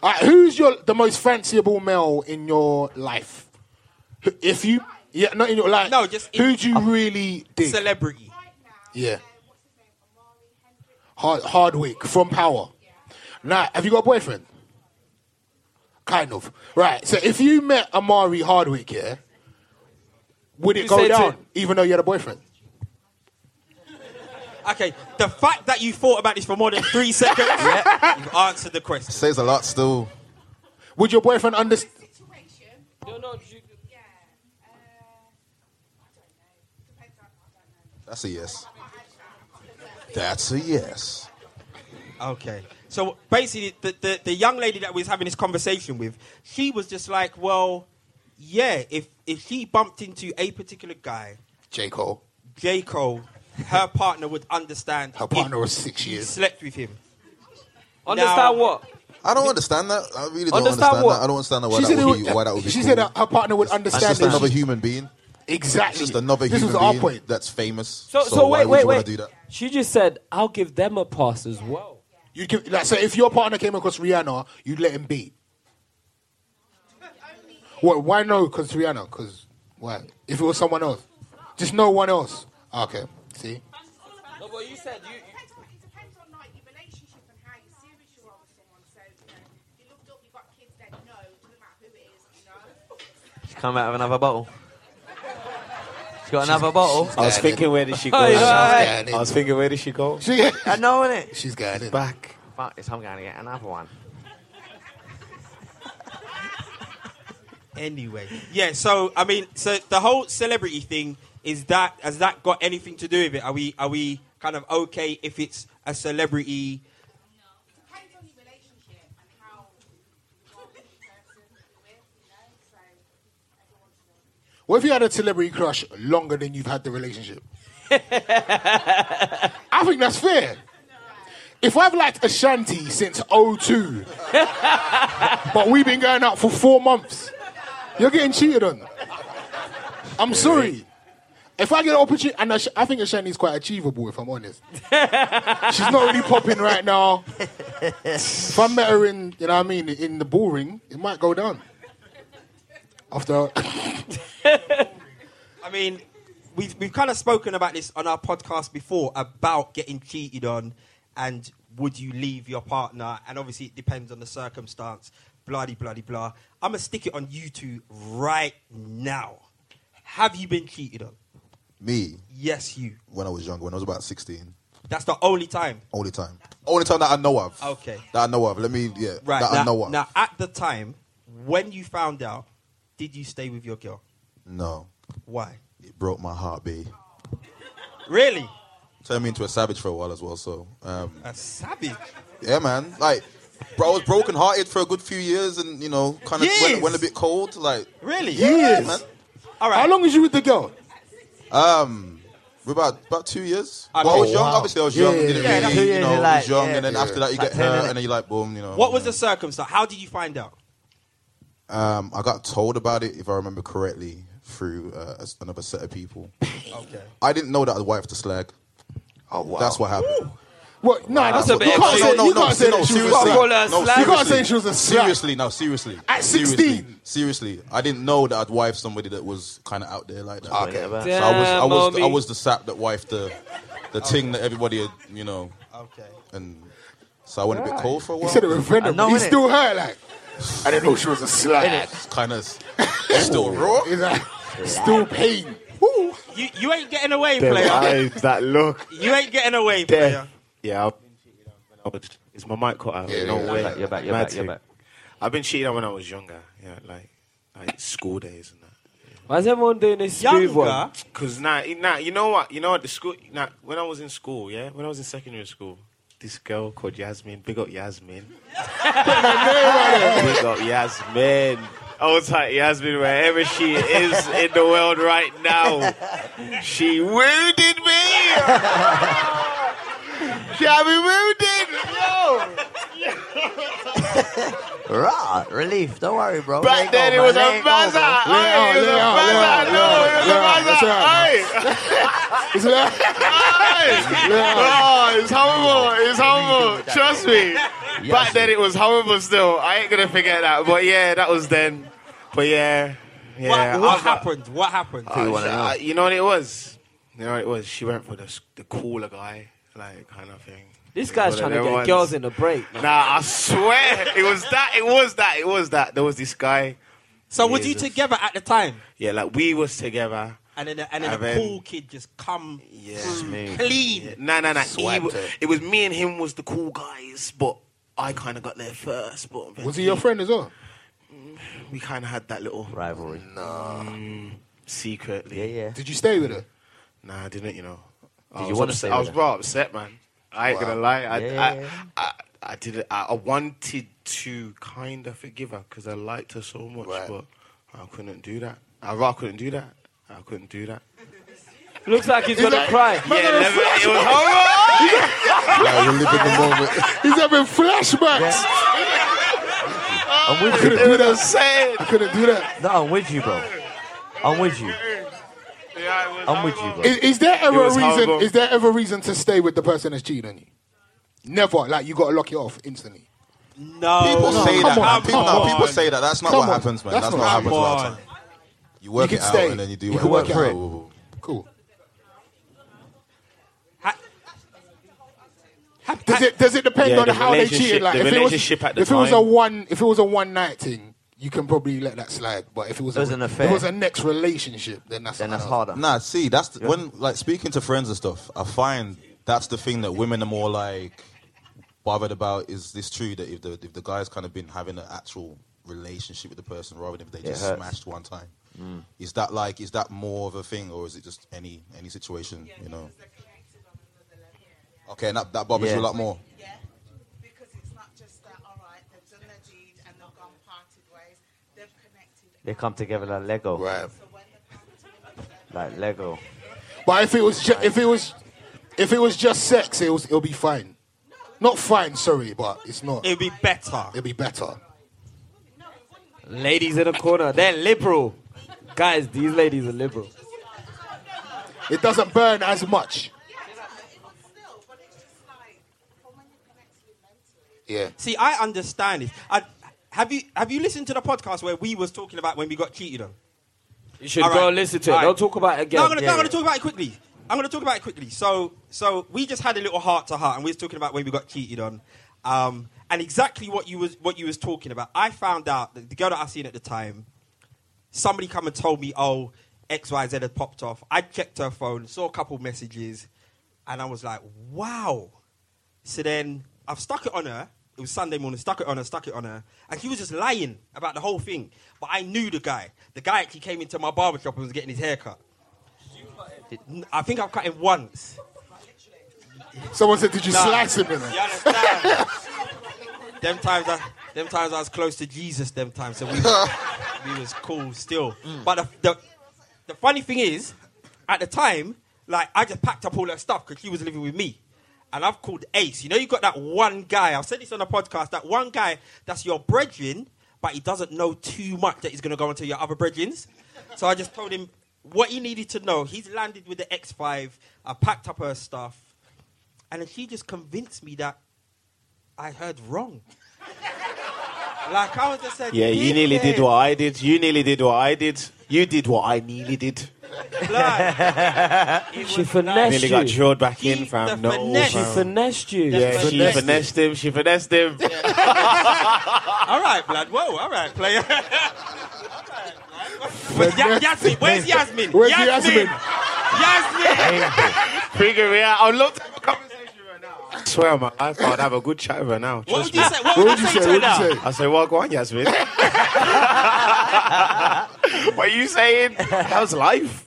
S3: All right, who's your the most fanciable male in your life? Who- If you yeah, not in your life.
S5: No, just in-
S3: who do you really dig?
S5: Celebrity.
S3: yeah. Hard Hardwick from Power. Now, have you got a boyfriend? Kind of. Right. So if you met Amari Hardwick, yeah, would it
S5: You
S3: go
S5: say to-
S3: down even though you had a boyfriend?
S5: Okay, the fact that you thought about this for more than three seconds, you've answered the question.
S8: Says a lot still.
S3: Would your boyfriend understand?
S8: That's a yes. That's a yes.
S5: Okay. So basically, the, the, the young lady that we was having this conversation with, she was just like, well, yeah, if, if she bumped into a particular guy,
S3: J Cole.
S5: J. Cole, her partner would understand.
S3: Her partner
S5: if
S3: was six
S5: she
S3: years.
S5: slept with him.
S4: Understand
S5: Now-
S4: what?
S8: I don't understand that. I really don't
S4: Understand
S8: understand,
S4: what?
S8: that. I don't understand why
S3: She
S8: that
S3: said,
S8: would
S3: it
S8: be why that would be.
S3: she
S8: cool.
S3: said her partner would
S8: That's
S3: understand
S8: just another
S3: this.
S8: human being. It's
S3: Exactly.
S8: just another
S3: this
S8: human
S3: was our
S8: being
S3: point.
S8: that's famous.
S4: So,
S8: So,
S4: so, wait,
S8: why would
S4: wait,
S8: you
S4: wait.
S8: want to do that?
S4: She just said, "I'll give them a pass as well."
S3: You give, like, so if your partner came across Rihanna, you'd let him be. What? Why no? Because Rihanna. Because why? If it was someone else, just no one else. Ah, Okay. See.
S4: No, but you said you.
S11: It depends on like your relationship and how you serious you are with someone. So you know, if you're loved up, you've got kids,
S6: Come out of another bottle. She's got another bottle.
S11: I was thinking, where did she go?
S6: Oh, you know,
S11: I
S6: right.
S11: was thinking, where did she go?
S6: I know, innit?
S3: She's got it.
S11: Back.
S6: Fuck this, I'm going to get another one.
S5: Anyway. Yeah, so I mean, so the whole celebrity thing is that has that got anything to do with it? Are we are we kind of okay if it's a celebrity?
S3: What if you had a celebrity crush longer than you've had the relationship? I think that's fair. If I've liked Ashanti since 02, but we've been going out for four months, you're getting cheated on. I'm sorry. If I get an opportunity, and Ash- I think Ashanti's quite achievable, if I'm honest. She's not really popping right now. If I met her in, you know what I mean, in the ball ring, it might go down. After
S5: I mean, we've we've kind of spoken about this on our podcast before about getting cheated on, and would you leave your partner? And obviously, it depends on the circumstance. Bloody bloody blah. I'm gonna stick it on you two right now. Have you been cheated on?
S8: Me,
S5: Yes, you.
S8: when I was younger, when I was about 16,
S5: That's the only time.
S8: only time. Only time that I know of.
S5: Okay.
S8: That I know of. Let me, yeah.
S5: Right.
S8: That
S5: now,
S8: I know of.
S5: now, at the time, when you found out, did you stay with your girl?
S8: No.
S5: Why?
S8: It broke my heart, B.
S5: Really?
S8: Turned me into a savage for a while as well, so. Um,
S5: A savage.
S8: Yeah, man. Like, bro, I was broken hearted for a good few years, and you know, kind of
S5: Years?
S8: went, went a bit cold. Like,
S5: Really?
S8: yeah, man.
S5: All right.
S3: How long was you with the girl?
S8: Um, we're about about two years.
S5: I
S8: Well, I
S5: mean-
S8: was young.
S5: Wow.
S8: Obviously, I was
S5: Yeah,
S8: young.
S5: yeah,
S8: didn't
S5: yeah. Yeah, that's- yeah,
S8: really, you know,
S5: you're
S8: I
S5: like-
S8: was young,
S5: yeah.
S8: and then after that, you
S5: Like
S8: get
S5: ten,
S8: hurt,
S5: innit?
S8: and then you like, boom, you know.
S5: What was the circumstance? How did you find out?
S8: Um, I got told about it, if I remember correctly, through uh, as- another set of people.
S5: Okay.
S8: I didn't know that the wife to slag. Oh wow. That's what happened.
S3: What? No, that's
S8: That's
S3: a
S8: what-
S3: bit. You can't
S8: no,
S3: say,
S8: no,
S3: you
S8: no,
S3: can't say
S8: no,
S3: that she was
S8: seriously.
S3: a slag.
S8: No,
S3: You can't
S8: seriously.
S3: say she was a slag.
S8: Seriously, no, seriously.
S3: At
S8: Seriously.
S3: 16?
S8: Seriously. I didn't know that I'd wife somebody that was kind of out there like that.
S6: Okay.
S8: So I was,
S6: Damn,
S8: I was, I
S6: homie.
S8: was the sap that wife the, the ting that everybody had, you know.
S5: Okay.
S8: And so I went a bit cold for a
S3: He
S8: while.
S3: said it with venom.
S6: I know,
S3: He's
S6: innit?
S3: still hurt. Like I didn't know she was a slag.
S8: It's kind of still raw.
S3: He's like, still pain. Woo.
S5: You you ain't getting away,
S11: Them
S5: player.
S11: eyes, that look.
S5: You ain't getting away,
S11: Death.
S5: player.
S9: Yeah, I've been cheated on when I was. Is my mic cut out? no
S6: You're
S9: way.
S6: back, you're back, you're
S9: Mad
S6: back, you're
S9: thing.
S6: back.
S9: I've been cheated on when I was younger. Yeah, like like school days and that.
S4: Why is everyone doing this smooth one?
S5: Younger.
S9: Cause nah, eh, nah, you know what? You know what? The school. Nah, when I was in school, yeah, when I was in secondary school, this girl called Yasmin. Big up Yasmin. Big up Yasmin. I was like Yasmin, wherever she is in the world right now, she wounded me. she had me wounded. Yo.
S6: Right, relief. Don't worry, bro. Let
S9: Back then
S6: go,
S9: it was a
S6: man. Let go,
S9: buzzer.
S6: bro.
S9: Aye, It was a
S3: Lay out, lay out, lay
S9: buzzer. No,
S3: out,
S9: it
S3: lay out, that's right. It's like,
S9: was a buzzer. Aye. Oh, it's horrible. It's horrible. Trust me. Back then it was horrible still. I ain't gonna forget that. But yeah, that was then. But yeah. Yeah.
S5: what what
S9: I-
S5: happened? What happened?
S9: I- I- you know what it was? You know what it was? She went for the, s- the cooler guy, like kind of thing.
S4: This
S9: It
S4: guy's
S9: was
S4: trying
S9: one
S4: to
S9: of
S4: get
S9: them ones.
S4: girls in the break. man.
S9: Nah, I swear. It was that, it was that, it was that. There was this guy.
S5: so were you
S9: Jesus.
S5: together at the time?
S9: Yeah, like we was together.
S5: And then and then
S9: And
S5: a
S9: then-
S5: cool kid just come
S9: Yeah.
S5: clean.
S9: No, no, no. He
S8: Swiped
S9: wa-
S8: her.
S9: It was me and him was the cool guys, but I kind of got there first. But
S3: was he your friend as well?
S9: We kind of had that little
S6: Rivalry.
S9: secretly.
S6: Yeah, yeah.
S3: Did you stay with her?
S9: Nah, I didn't. You know. I
S6: you
S9: was
S6: wanna
S9: upset-
S6: stay
S9: I
S6: with
S9: was
S6: her?
S9: well upset, man. I ain't gonna lie. I,
S6: Yeah,
S9: I,
S6: yeah, yeah.
S9: I, I, did. I, I wanted to kind of forgive her because I liked her so much,
S8: Right.
S9: but I couldn't do that. I, I couldn't do that. I couldn't do that.
S4: Looks like he's gonna cry.
S9: Yeah, never, it was horrible.
S8: Like, we're living the moment.
S3: He's having flashbacks.
S6: I'm with you.
S3: Couldn't do
S9: It was
S3: that.
S9: sad.
S3: I couldn't do that.
S6: No, I'm with you, bro. I'm with you.
S9: Yeah, it was
S6: I'm with you,
S9: horrible.
S6: bro.
S3: Is, is there ever
S9: It
S3: a
S9: was
S3: reason?
S9: horrible.
S3: Is there ever a reason to stay with the person that's cheating on you? Never. Like you got to lock it off instantly.
S5: No.
S8: People
S3: come
S8: say that.
S3: on,
S8: people,
S3: come
S8: no,
S3: on.
S8: people say that. That's not
S3: Come
S8: what
S3: on.
S8: happens, man.
S3: That's
S8: That's,
S3: not
S8: not what
S3: how it
S8: happens a lot
S5: works.
S8: of time. You work
S3: You
S8: it
S3: can
S8: out
S3: stay.
S8: and then you do
S3: You
S8: what
S3: can work it out. Cool.
S5: Ha-
S3: Does it does it depend
S9: Yeah,
S3: on
S9: the
S3: how they cheated?
S9: relationship-
S3: Like
S9: the
S3: if it was
S9: relationship at the
S3: if it was a
S9: time.
S3: one if it was a one night thing, you can probably let that slide. But if it was,
S6: It was
S3: a,
S6: an affair.
S3: if it was a next relationship, then that's something else.
S8: Nah, see, that's the, when like speaking to friends and stuff. I find that's the thing that women are more like bothered about. Is this true that if the if the guy's kind of been having an actual relationship with the person rather than if they
S6: It
S8: just
S6: hurts.
S8: smashed one time?
S6: Mm.
S8: Is that like is that more of a thing or is it just any any situation? You know. Okay, and that that bothers you
S6: Yeah.
S8: a lot more.
S6: They come together like Lego. Right. Like Lego.
S3: But if it was, ju- if it was, if it was just sex, it was, it'll be fine. Not fine, sorry, but it's not.
S5: It'll be better.
S3: It'll be better.
S4: Ladies in the corner, they're liberal. Guys, these ladies are liberal.
S3: It doesn't burn as much. Yeah.
S5: See, I understand it. I, have you have you listened to the podcast where we was talking about when we got cheated on?
S4: You should go listen to it. Don't talk about it again.
S5: No, I'm gonna,
S4: Yeah,
S5: I'm gonna
S4: yeah.
S5: talk about it quickly. I'm gonna talk about it quickly. So so we just had a little heart to heart, and we was talking about when we got cheated on, um, and exactly what you was what you was talking about. I found out that the girl that I seen at the time, somebody come and told me, oh, X Y Z had popped off. I checked her phone, saw a couple messages, and I was like, wow. So then I've stuck it on her. It was Sunday morning, stuck it on her, stuck it on her. And she was just lying about the whole thing. But I knew the guy. The guy actually came into my barber shop and was getting his hair cut. N- I think I've cut him once.
S3: Someone said, "Did you
S5: Nah.
S3: slice him?" In it?
S5: You understand? them times, I, them times I was close to Jesus. Them times, so we, we was cool still. But the, the the funny thing is, at the time, like I just packed up all her stuff because she was living with me, and I've called Ace. You know, you got that one guy. I've said this on the podcast. That one guy that's your brethren, but he doesn't know too much that he's gonna go into your other brethrens. So I just told him what he needed to know. He's landed with the X5. I packed up her stuff, and then she just convinced me that I heard wrong. like I was just saying,
S11: Yeah, you nearly did what I did. You nearly did what I did. You did what I nearly did.
S4: she finessed
S11: nearly
S4: you.
S11: got drawed back in, fam. No,
S4: She
S11: fam.
S4: finessed you.
S11: Yeah, she
S4: Finessed.
S11: finessed him. She finessed him.
S5: all right, blood. Whoa, all right, player. all right, blood. Ya- Yasmin, where's Yasmin?
S11: Where's
S5: Yasmin?
S11: Yasmin?
S5: Yasmin.
S11: Figure me out. I'd love to have a conversation right now. I swear on my life, I'd have a good chat with her now.
S5: What
S11: Trust
S5: would you
S11: me.
S5: say- what would What you would you say say? to her What would you now?
S11: I say, well, go on, Yasmin. what are you saying? How's life?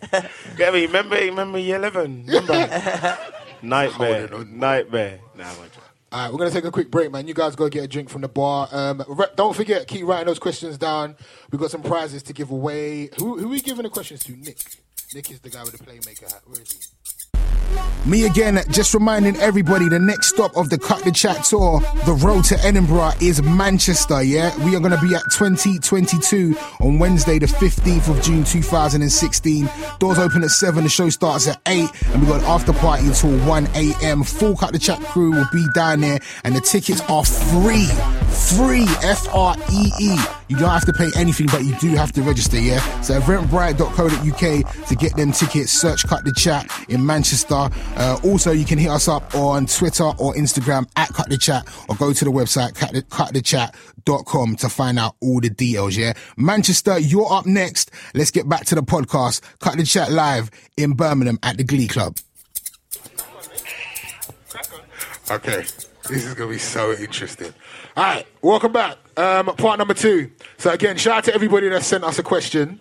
S11: Get me, remember, remember year 11? Remember? Nightmare. Nightmare. Nah, I'm joking.
S3: All right, we're going to take a quick break, man. You guys go get a drink from the bar. Um, re- don't forget, keep writing those questions down. We've got some prizes to give away. Who, who are we giving the questions to? Nick. Nick is the guy with the playmaker hat. Where is he?
S1: Me again, just reminding everybody the next stop of the Cut the Chat tour, the road to Edinburgh is Manchester, yeah? We are going to be at 2022 on Wednesday, the 15th of June 2016. Doors open at 7, the show starts at 8, and we got an after party until 1 a.m. Full Cut the Chat crew will be down there, and the tickets are free. Free, F R E E. You don't have to pay anything, but you do have to register, yeah? So eventbrite.co.uk to get them tickets. Search Cut the Chat in Manchester. Uh, also, you can hit us up on Twitter or Instagram at Cut the Chat or go to the website cut the, cutthechat.com to find out all the details, yeah? Manchester, you're up next. Let's get back to the podcast. Cut the Chat live in Birmingham at the Glee Club.
S3: Okay. This is going to be so interesting. All right, welcome back. Um, part number two. So, again, shout out to everybody that sent us a question.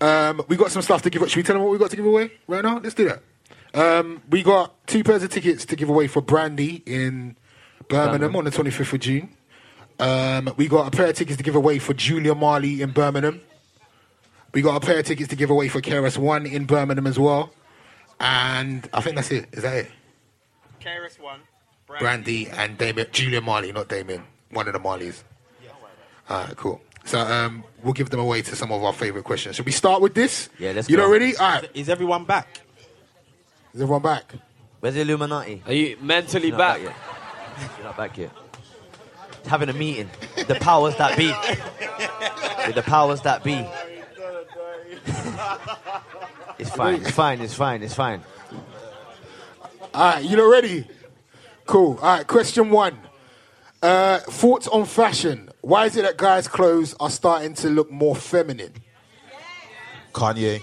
S3: Um, we got some stuff to give away. Should we tell them what we got to give away right now? Let's do that. Um, we got two pairs of tickets to give away for Brandy in Birmingham, on the 25th of June. Um, we got a pair of tickets to give away for Julia Marley in Birmingham. We got a pair of tickets to give away for KRS One in Birmingham as well. And I think that's it. Is that it?
S7: KRS One.
S3: Brandy and Damien, Julia Marley, not Damien, one of the Marleys. All right, cool. So um, we'll give them away to some of our favorite questions. Should we start with this?
S6: Yeah, let's
S3: You
S6: go.
S3: know, ready? All right.
S5: Is everyone back?
S3: Is everyone back?
S6: Where's the Illuminati?
S4: Are you mentally
S6: You're not
S4: back?
S6: yet. You're not back yet. It's having a meeting. The powers that be. With the powers that be. It's fine. It's fine. It's fine. It's fine.
S3: All right, you know, ready? Cool. All right, question one. Uh, thoughts on fashion? Why is it that guys' clothes are starting to look more feminine?
S8: Kanye.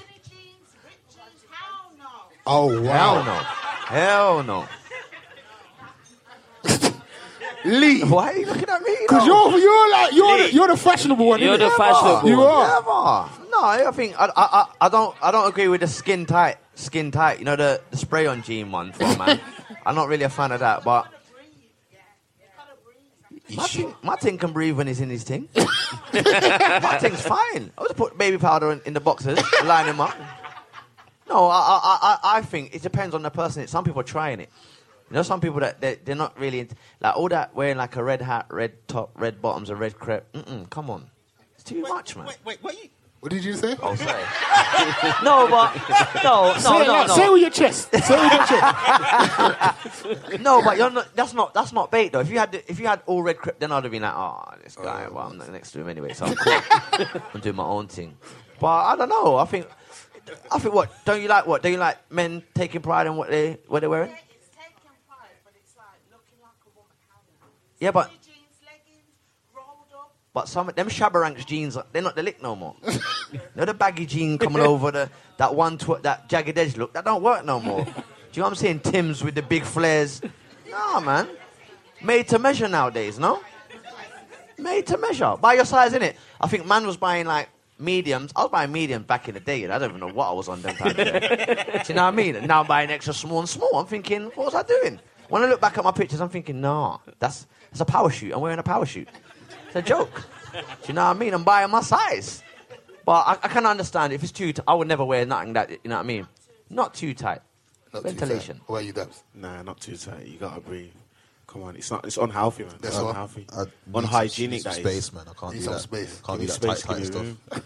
S3: Oh wow!
S6: Hell no.
S3: Lee.
S6: Why are you looking at me?
S3: Because you're you're like you're the,
S6: Lee.
S3: you're the fashionable one.
S6: You're
S3: innit?
S6: the fashionable
S3: You
S6: one.
S3: are.
S6: Never. No, I think I, I, I, I don't I don't agree with the skin tight skin tight. You know the, the spray on jean one for a man. I'm not really a fan of that, but. My thing, my thing can breathe when it's in his thing. my thing's fine. I just put baby powder in, in the boxes, line him up. No, I, I, I, I- I think it depends on the person. Some people are trying it. You know, some people that they're, they're not really into, like all that wearing like a red hat, red top, red bottoms, and red crepe. Mm-mm, come on, it's too much, man.
S5: Wait, what you?
S3: What did you say?
S6: Oh, sorry. no, but no, no,
S3: Say it
S6: no,
S3: loud.
S6: no.
S3: Say it with your chest. Say it with your chest.
S6: no, but you're not. That's not. That's not bait though. If you had, if you had all red crepe, then I'd have been like, oh, this guy. Well, I'm not next to him anyway, so I'm cool. I'm doing my own thing. But I don't know. I think, I think what don't you like? What don't you like? Men taking pride in what they what they're wearing. Yeah, but but some of them shabaranks jeans, they're not the lick no more. you know the baggy jean coming over the that one tw- that jagged edge look, that don't work no more. Do you know what I'm saying? Tim's with the big flares. Nah, man. Made to measure nowadays, no? Made to measure. By your size, innit? I think man was buying like mediums. I was buying mediums back in the day, and I don't even know what I was on them times. yeah. Do you know what I mean? And now I'm buying extra small and small. I'm thinking, what was I doing? When I look back at my pictures, I'm thinking, nah, that's, that's a power shoot. I'm wearing a power shoot. It's a joke. Do you know what I mean? I'm buying my size. But I, I can understand if it's too tight. I would never wear nothing that, you know what I mean? Not too tight. Ventilation.
S3: What about you, Dubs?
S9: Nah, not too tight. You gotta breathe. Come on, it's not. It's unhealthy, man.
S3: That's
S9: it's
S3: what-
S9: unhealthy.
S8: I need some-
S9: Unhygienic.
S8: some
S9: that is.
S8: space, man. I can't
S3: Need
S8: do
S3: some
S8: that.
S3: space.
S8: Can't
S9: Give me
S8: do that
S9: space,
S8: tight, tight
S9: give me
S8: stuff.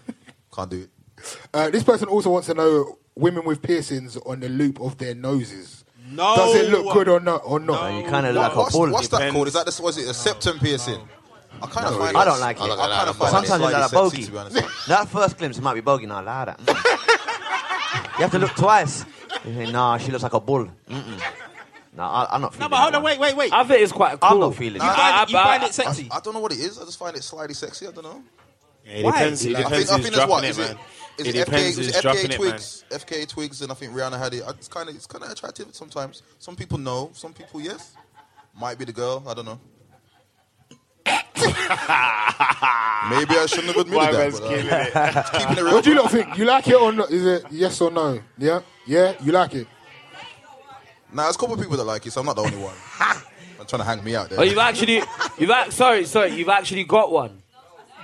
S8: Can't do it.
S3: Uh, this person also wants to know women with piercings on the loop of their noses.
S5: No.
S3: Does it look good or not? Or not?
S6: you kind of look like a
S8: What's,
S6: bull.
S8: what's that called? Is that this? Was it a septum piercing? I kind of
S6: No,
S8: find
S6: I
S8: that-
S6: don't like it.
S8: I kind of find
S6: Sometimes
S8: it
S6: it's like a
S8: slightly
S6: bogey.
S8: sexy, to be honest.
S6: Now, That first glimpse it might be bogey. Now, allow that. Mm. you have to look twice. You think, nah, she looks like a bull. Mm-mm. Nah, I, I'm not
S5: No,
S6: feeling
S5: but hold on, wait, wait, wait.
S4: I think it's quite cool.
S6: I'm not feeling
S5: you
S6: it.
S5: find,
S4: I-
S5: it, you
S4: I-
S5: find
S4: I-
S5: it sexy.
S8: I don't know what it is. I just find it slightly sexy. I don't know.
S9: Yeah, it
S5: Why?
S9: depends.
S8: I
S9: It
S8: think,
S9: depends
S8: I
S9: who's
S8: think that's what
S9: dropping it,
S8: is
S9: man.
S8: it? Is
S9: It
S8: it
S9: depends
S8: FKA, was
S9: who's
S8: it
S9: dropping
S8: FKA
S9: it, man.
S8: Twigs? FKA Twigs, and I think Rihanna had it. I- It's kind of it's kind of attractive sometimes. Some people know, some people yes. Might be the girl. I don't know. Maybe I shouldn't have admitted
S11: Why
S8: that.
S11: man's
S8: but, uh,
S11: killing it?
S8: keeping it real.
S3: What do you lot think? You like it or not? Is it yes or no? Yeah? Yeah? You like it?
S8: Nah, there's a couple of people that like it, so I'm not the only one. I'm trying to hang me out there.
S4: Oh, you've actually, you've act, sorry, sorry, you've actually got one.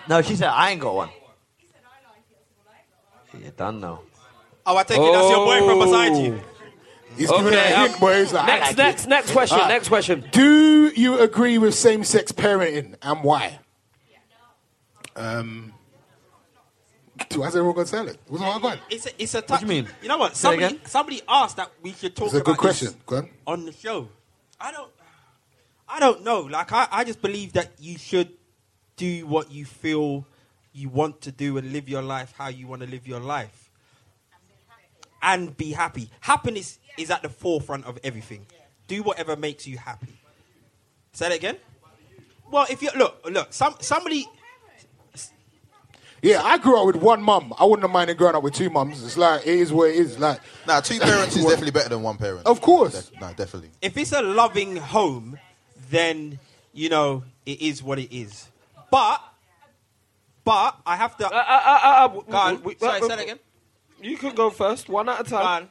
S6: No, she said, I ain't got one. You done now.
S5: Oh, I take it that's your boyfriend beside you.
S3: He's giving
S4: Oh. Okay,
S3: it a
S4: um,
S3: hint, boy. He's like, I
S4: Next,
S3: like it. Ah.
S4: next, next question.
S3: Alright.
S4: Next question.
S3: Do you agree with same sex parenting and why? Um, do I say we're going to sell it? What's my gun?
S5: It's a, it's a touch.
S6: you mean?
S5: You know what?
S6: Say it
S5: Somebody,
S6: again?
S5: somebody asked that we should talk
S3: It's a
S5: about
S3: good question.
S5: this
S3: Go on.
S5: on the show. I don't, I don't know. Like I, I just believe that you should do what you feel you want to do and live your life how you want to live your life, and be happy. Happiness is at the forefront of everything. Do whatever makes you happy. Say that again. Well, if you look, look, some somebody.
S3: Yeah, I grew up with one mum. I wouldn't have minded growing up with two mums. It's like, it is what it is. Like,
S8: Nah, two parents is definitely better than one parent.
S3: Of course.
S8: De- nah, definitely.
S5: if it's a loving home, then you know it is what it is. But but I have to.
S4: Uh, uh, uh, uh, w-
S5: go on.
S4: w- w-
S5: Sorry,
S4: uh,
S5: say that again.
S4: You can go first, one at a
S5: Go
S4: time.
S5: on.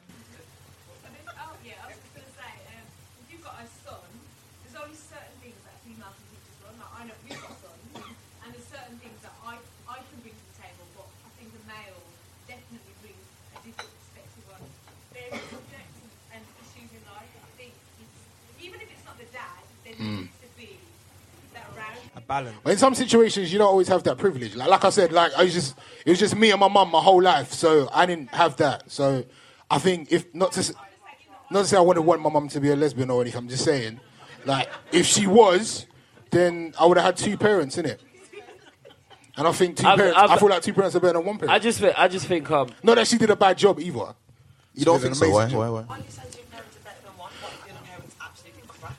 S5: A balance.
S3: in some situations, you don't always have that privilege. Like, like I said, like I was just, it was just me and my mum my whole life, so I didn't have that. So, I think if not to, s- not to say I wouldn't want my mum to be a lesbian or anything. I'm just saying, like if she was, then I would have had two parents in it. And I think 2
S4: I've-
S3: parents.
S4: I've-
S3: I feel like two parents are better than one
S4: I
S3: parent.
S4: just think, I just think, um,
S3: not that she did a bad job either.
S8: You don't
S3: did an
S8: think so? Why?
S3: amazing
S8: Why? Why?
S12: Your parents are better than one, but your parents actually did crap.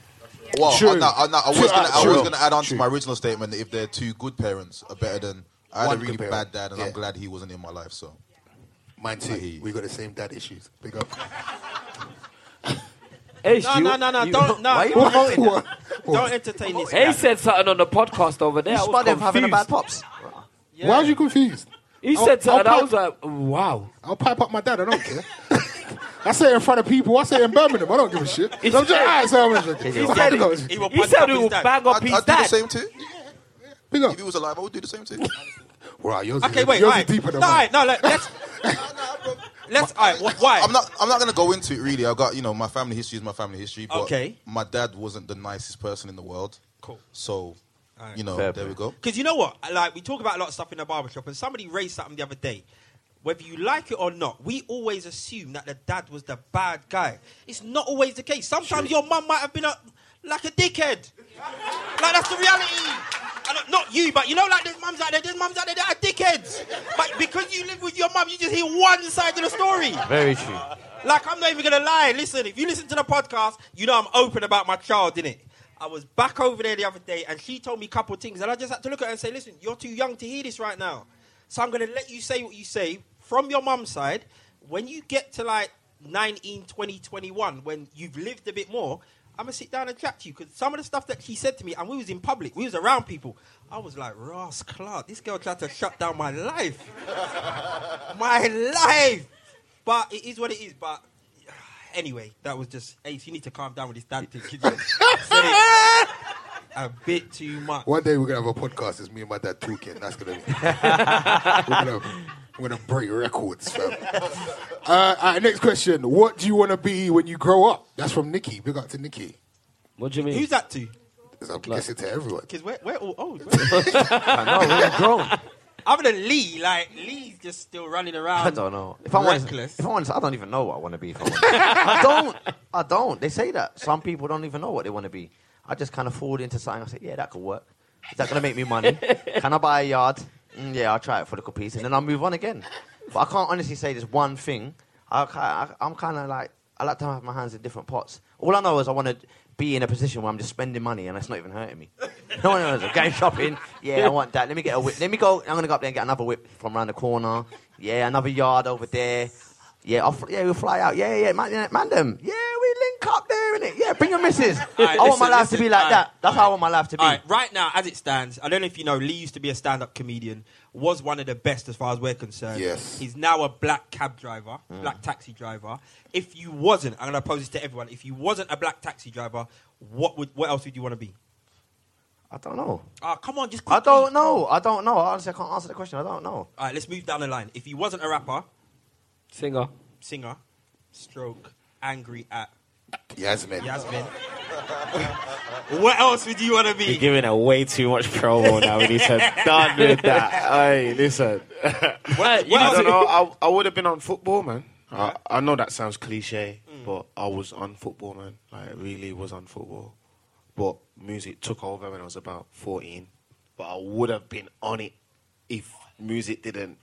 S8: Well,
S13: True.
S8: I, no, I, no, I was
S13: True,
S8: gonna, I
S13: true.
S8: was gonna add on to my original statement that if they're two good parents, are better than. I had
S3: One
S8: a
S3: good
S8: really
S3: parent.
S8: bad dad, and
S3: Yeah.
S8: I'm glad he wasn't in my life. So,
S3: mine too. We got the same dad issues. Big up.
S4: Ace,
S5: No,
S4: you-
S5: no, no, no,
S4: you-
S5: don't, no.
S4: Why are you
S5: don't-
S4: promoting that?
S5: Don't entertain this.
S4: He said something on the podcast over there.
S5: You
S4: I was
S5: spot him having a bad
S4: confused.
S5: pops?
S3: Why are you confused?
S4: He
S5: Oh,
S3: I'll-
S4: said something.
S3: I'll
S4: I
S3: pipe-
S4: was like, wow.
S3: I'll pipe up my dad. I don't care. I say it in front of people. I say it in Birmingham. I don't give a shit. I'm just, I say I'm just
S8: He said
S3: joking.
S8: he- he will He punch said up he his will dad. bang up
S3: I'd-
S8: his
S3: I'd do the
S8: dad.
S3: same too. Big up.
S8: if he was alive, I would do the same thing.
S3: Right, yours
S8: Okay,
S3: is,
S8: wait,
S3: yours
S8: alright.
S3: is deeper than
S8: No,
S3: mine.
S5: No, look, let's. Let's. All right, why?
S8: I'm not. I'm not gonna go into it really. I got you know my family history is my family history. But
S5: Okay.
S8: My dad wasn't the nicest person in the world.
S5: Cool.
S8: So,
S5: Alright.
S8: you know,
S5: Fair
S8: there we go.
S5: Because you know what? Like, we talk about a lot of stuff in the barbershop, and somebody raised something the other day. Whether you like it or not, we always assume that the dad was the bad guy. It's not always the case. Sometimes your mum might have been a, like a dickhead. like, that's the reality. And not- not you, but you know, like, there's mums out there, there's mums out there that are dickheads. But because you live with your mum, you just hear one side of the story.
S6: Very true.
S5: Like, I'm not even gonna lie. Listen, if you listen to the podcast, you know I'm open about my child, innit? I was back over there the other day and she told me a couple of things, and I just had to look at her and say, Listen, you're too young to hear this right now. So I'm gonna let you say what you say from your mum's side. When you get to like 19, 20, 21, when you've lived a bit more, I'm gonna sit down and chat to you because some of the stuff that she said to me, and we was in public, we was around people. I was like, Ross Clark, this girl tried to shut down my life. my life. But it is what it is. But anyway, that was just Ace. You need to calm down with this dad thing. You said it a bit too much.
S3: One day we're gonna have a podcast. It's me and my dad talking. That's gonna be. we're, gonna, we're gonna break records. Fam. Uh, all right, next question. What do you want to be when you grow up? That's from Nikki. Big up to Nikki.
S4: What do you mean?
S5: Who's that to?
S3: I'm guessing to everyone.
S5: Because we're, we're all old.
S6: I know, we're grown.
S5: Other than Lee, like Lee's just still running around.
S6: I don't know. If I want,
S5: reckless.
S6: if I want, I don't even know what I want to be. If I, want. I don't. I don't. They say that some people don't even know what they want to be. I just kind of fall into something. I say, yeah, that could work. Is that gonna make me money? Can I buy a yard? Mm, yeah, I'll try it for the couple piece, and then I'll move on again. But I can't honestly say there's one thing. I, ki- I, I'm kind of like I like to have my hands in different pots. All I know is I want to be in a position where I'm just spending money and it's not even hurting me. No one knows. I'm going shopping. Yeah, I want that. Let me get a whip. Let me go. I'm gonna go up there and get another whip from around the corner. Yeah, another yard over there. Yeah, I'll, fl- yeah, we'll fly out. Yeah, yeah, man, yeah, man them. Yeah, we link up there, innit? Yeah, bring your missus. I
S5: Alright,
S6: want my
S5: listen,
S6: life to
S5: listen,
S6: be like
S5: alright,
S6: that. That's how I want my life to be.
S5: All right, right now, as it stands, I don't know if you know, Lee used to be a stand up comedian, was one of the best as far as we're concerned.
S3: Yes.
S5: He's now a black cab driver,
S3: Mm.
S5: black taxi driver. If you wasn't, I'm going to pose this to everyone, if you wasn't a black taxi driver, what would what else would you want to be?
S6: I don't know.
S5: Ah, come on, just
S6: I
S5: quickly.
S6: don't know. I don't know. Honestly, I can't answer the question. I don't know.
S5: All right, let's move down the line. If you wasn't a rapper,
S4: singer,
S5: singer, stroke, angry at
S3: Yasmin.
S5: Yasmin. what else would you want to
S9: You're
S5: be?
S9: giving it way too much promo now. We need to done with that. Hey, listen. I don't know. I, I would have been on football, man. I, I know that sounds cliche, but I was on football, man. Like, really was on football. But music took over when I was about 14. But I would have been on it if music didn't.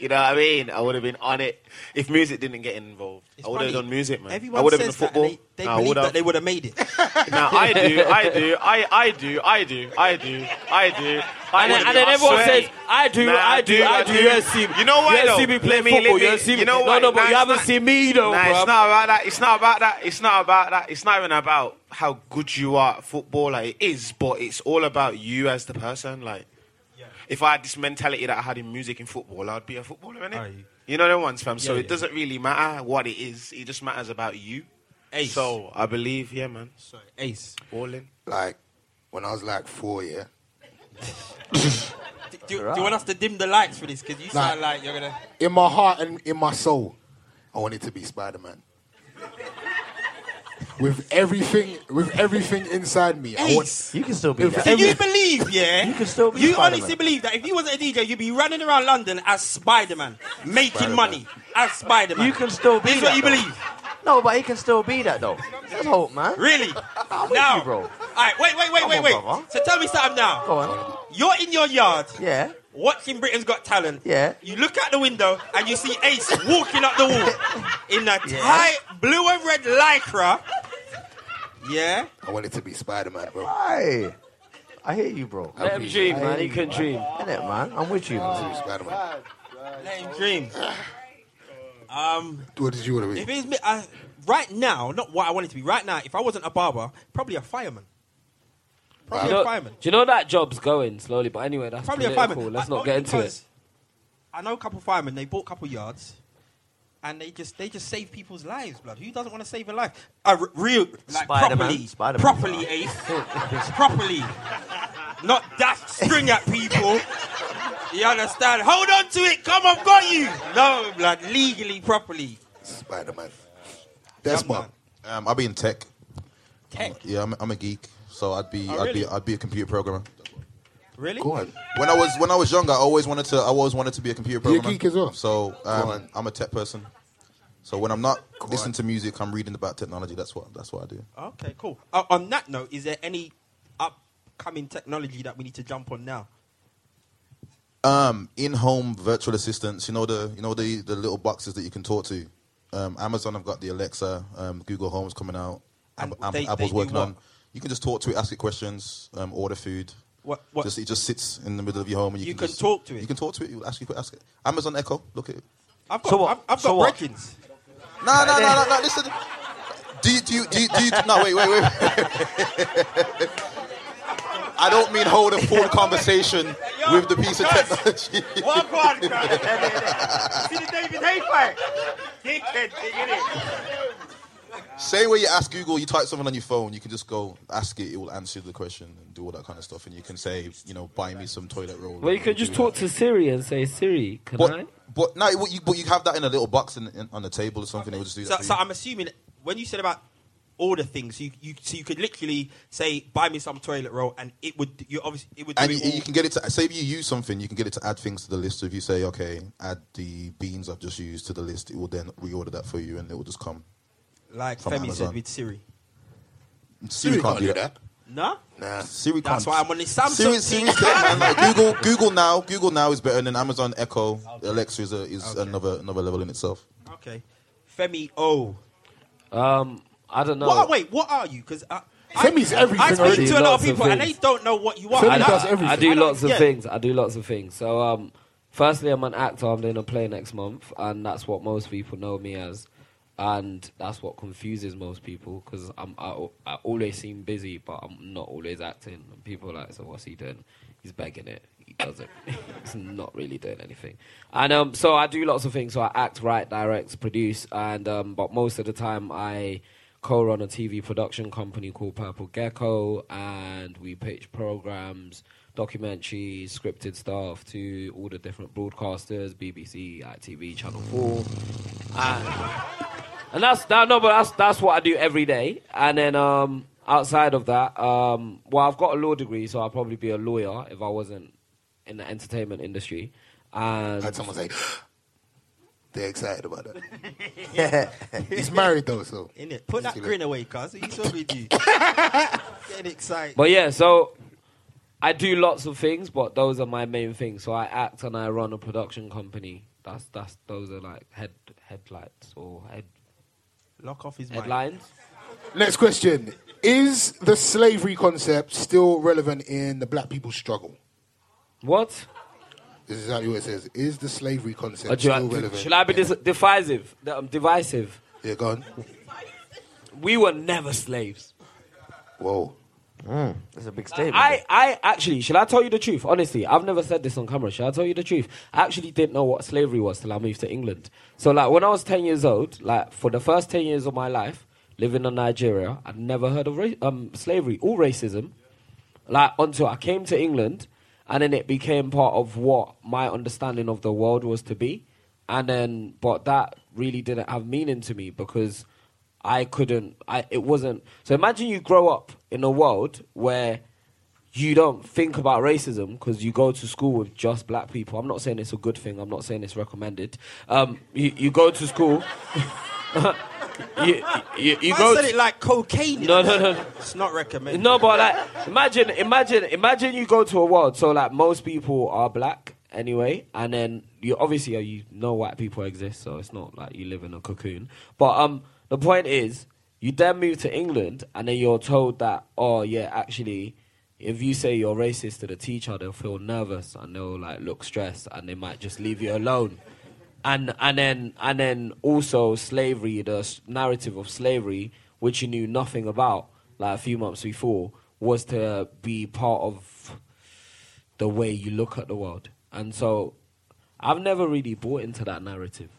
S9: You know what I mean? I would have been on it if music didn't get involved. I would have
S5: funny.
S9: done music, man.
S5: Everyone
S9: I would have been
S5: says that and
S9: football.
S5: They, they
S9: No, I
S5: believe
S9: would've-
S5: that they would have made it.
S9: now I do, I do, I, I do, I do, I do, I do. I
S4: And then-
S9: do,
S4: and then
S9: I
S4: everyone
S9: swear.
S4: says, "I do, I do, I do." You ain't seen-
S9: You know why
S4: you ain't
S9: though?
S4: seen me play
S9: Let let
S4: football, you ain't seen me-
S9: You know
S4: No,
S9: why?
S4: no, but you
S9: it's
S4: haven't
S9: not-
S4: seen me though,
S9: Nah,
S4: bruv.
S9: it's not about that. It's not about that. It's not about that. It's not even about how good you are at football. Like it is, but it's all about you as the person. Like, if I had this mentality that I had in music and football, I'd be a footballer, innit? You know the ones, fam. so
S5: Yeah,
S9: it
S5: yeah.
S9: doesn't really matter what it is. It just matters about you.
S5: Ace.
S9: So I believe, yeah, man.
S5: Ace.
S9: Balling.
S3: Like when I was like four, yeah.
S5: Do, do you want us to dim the lights for this? Because you sound
S3: Nah.
S5: like you're gonna.
S3: In my heart and in my soul, I wanted to be Spider Man. with everything, with everything inside me, I want.
S6: You can still
S3: be
S5: Do you believe, yeah? You can
S6: still
S5: You
S3: Spider-Man.
S5: honestly believe that if you wasn't a DJ, you'd be running around London as Spider Man, making money as Spider Man.
S6: You can still be
S5: This is
S6: that,
S5: what you
S6: though.
S5: believe.
S6: No, but he can still be that though. That's hope, man.
S5: Really?
S6: I'm with
S5: Now,
S6: you, bro.
S5: All right, wait, wait, wait,
S6: Come
S5: wait,
S6: on,
S5: wait.
S6: brother.
S5: So tell me something now.
S6: Go on.
S5: You're in your yard.
S6: Yeah.
S5: Watching Britain's Got Talent.
S6: Yeah.
S5: You look out the window and you see Ace walking up the wall in a tight blue and red lycra. Yeah?
S3: I want it to be Spider Man, bro.
S6: Why? I hear you, bro.
S3: Let him dream,
S6: I
S3: man.
S6: hear
S3: He
S6: you,
S3: can dream.
S6: Innit, man? I'm with you.
S3: Spider-Man.
S5: Dream. Um,
S3: What did you want to be?
S5: if it's me, I, right now, not what I wanted to be. Right now, if I wasn't a barber, probably a fireman. Probably
S4: Do you
S5: a
S4: know-
S5: fireman.
S4: Do you know that job's going slowly? But anyway, that's
S5: Probably a
S4: political.
S5: fireman.
S4: Let's
S5: Like,
S4: not get into it.
S5: because I know a couple firemen. They bought a couple yards, and they just they just save people's lives. Blood. Who doesn't want to save a life? A r- real like
S6: Spider-Man.
S5: properly,
S6: Spider-Man.
S5: properly, Ace, properly. Not that string at people. You understand? Hold on to it. Come, I've got you. No, blood. Legally, properly.
S3: Spider Man.
S8: That's what. Um, I'll be in tech.
S5: Tech.
S8: Yeah, I'm, I'm a geek, so I'd be,
S5: Oh,
S8: I'd
S5: really?
S8: be, I'd be a computer programmer.
S5: Really?
S8: When I was when I was younger, I always wanted to. I always wanted to be a computer
S3: You're a
S8: programmer.
S3: geek as well.
S8: So
S3: Go
S8: um,
S3: on.
S8: I'm a tech person. So when I'm not listening to music, I'm reading about technology. That's what that's what I do.
S5: Okay, cool. Uh, on that note, is there any upcoming technology that we need to jump on now?
S8: Um, in-home virtual assistants. You know the you know the the little boxes that you can talk to. Um, Amazon have got the Alexa. Um, Google Home's coming out.
S5: And
S8: Ab- Ab-
S5: they- they
S8: Apple's
S5: do
S8: working
S5: what?
S8: on. You can just talk to it, ask it questions, um, order food.
S5: What- what-
S8: Just, it just sits in the middle of your home, and you,
S5: You can
S8: just-
S5: talk to it?
S8: You can talk to it. You ask, you ask it. Amazon Echo. Look at it.
S5: I've got,
S8: So what?
S5: I've, I've
S8: So
S5: got
S8: what?
S5: Breckin's.
S8: No, no, no, no, no. Listen. Do you, do you, do you, do you, no, wait, wait, wait. I don't mean hold a full conversation with the piece of technology.
S7: Walk on, crowd. See the David Hay fight. Dickhead, thing, innit?
S8: Say where you ask Google, you type something on your phone, you can just go ask it, it will answer the question and do all that kind of stuff. And you can say, you know, buy me some toilet roll.
S4: Well, you can just talk to Siri and say, Siri, can I?
S8: But no, what you, but you have that in a little box in, in, on the table or something. It will just do
S5: So,
S8: that.
S5: so
S8: for you.
S5: I'm assuming when you said about order things, you, you so you could literally say, "Buy me some toilet roll," and it would you obviously it would do
S8: and
S5: it
S8: you,
S5: all.
S8: you can get it to say if you use something, you can get it to add things to the list. So if you say, okay, add the beans I've just used to the list, it will then reorder that for you, and it will just come.
S5: like
S8: from
S5: Femi
S8: Amazon.
S5: said with Siri.
S8: Siri, can't, do that.
S5: No.
S8: Nah. Siri can't.
S5: That's why I'm on this Samsung
S8: Siri,
S5: thing.
S8: Siri's dead, man. Like Google, Google now, Google now is better than Amazon Echo. Alexa is, a, is another another level in itself.
S5: Okay, Femi. Oh,
S4: Um, I don't know.
S5: what? are- Wait, what are you? Because
S4: Femi's everything
S5: I
S4: already.
S5: speak to a lot
S4: Lots
S5: of
S4: of
S5: people and they
S4: things.
S5: don't know what you are.
S4: I,
S5: And I-
S4: I do
S5: I don't-
S4: lots of
S5: yeah.
S4: things. I do lots of things. So, um, firstly, I'm an actor. I'm doing a play next month, and that's what most people know me as. And that's what confuses most people because I'm I, al- I always seem busy, but I'm not always acting. And people are like, so what's he doing? He's begging it. He doesn't. He's not really doing anything. And um, so I do lots of things. So I act, write, direct, produce, and um, but most of the time I co-run a TV production company called Purple Gecko, and we pitch programs, documentaries, scripted stuff to all the different broadcasters, BBC, ITV, Channel Four, and, and that's that. No, but that's that's what I do every day. And then um, outside of that, um, well, I've got a law degree, so I'll probably be a lawyer if I wasn't in the entertainment industry. And
S3: had someone say, they're excited about that.
S4: Yeah.
S3: He's married though, so.
S5: Innit? Put that
S3: He's
S5: grin away, cuz. He's all with you. Getting excited.
S4: But yeah, so I do lots of things, but those are my main things. So I act and I run a production company. That's that's those are like head headlights or head
S5: lock off his
S4: headlines.
S3: Next question. Is the slavery concept still relevant in the black people's struggle?
S4: What?
S3: This is exactly what it says. Is the slavery concept
S4: Or Oh, do
S3: still
S4: I-
S3: relevant?
S4: should I be dis- divisive? That I'm divisive.
S3: Yeah, go on.
S4: We were never slaves.
S3: Whoa.
S6: Hmm, that's a big statement.
S4: I, I actually, shall I tell you the truth? Honestly, I've never said this on camera. Shall I tell you the truth? I actually didn't know what slavery was till I moved to England. So, like, when I was 10 years old, like, for the first 10 years of my life, living in Nigeria, I'd never heard of ra- um, slavery or racism. Like, until I came to England, and then it became part of what my understanding of the world was to be. And then, but that really didn't have meaning to me because I couldn't, I, it wasn't. So, imagine you grow up in a world where you don't think about racism because you go to school with just black people. I'm not saying it's a good thing. I'm not saying it's recommended. Um, you, you go to school. you you, you
S5: Man
S4: go
S5: said
S4: to-
S5: it like cocaine.
S4: No, no, no.
S5: It's not recommended.
S4: no, but like, imagine, imagine, imagine you go to a world. So like, most people are black anyway, and then you obviously you know white people exist, so it's not like you live in a cocoon. But um, the point is, You then move to England, and then you're told that, oh yeah, actually, if you say you're racist to the teacher, they'll feel nervous and they'll like look stressed, and they might just leave you alone. And and then and then also slavery, the s- narrative of slavery, which you knew nothing about, like a few months before, was to be part of the way you look at the world. And so, I've never really bought into that narrative.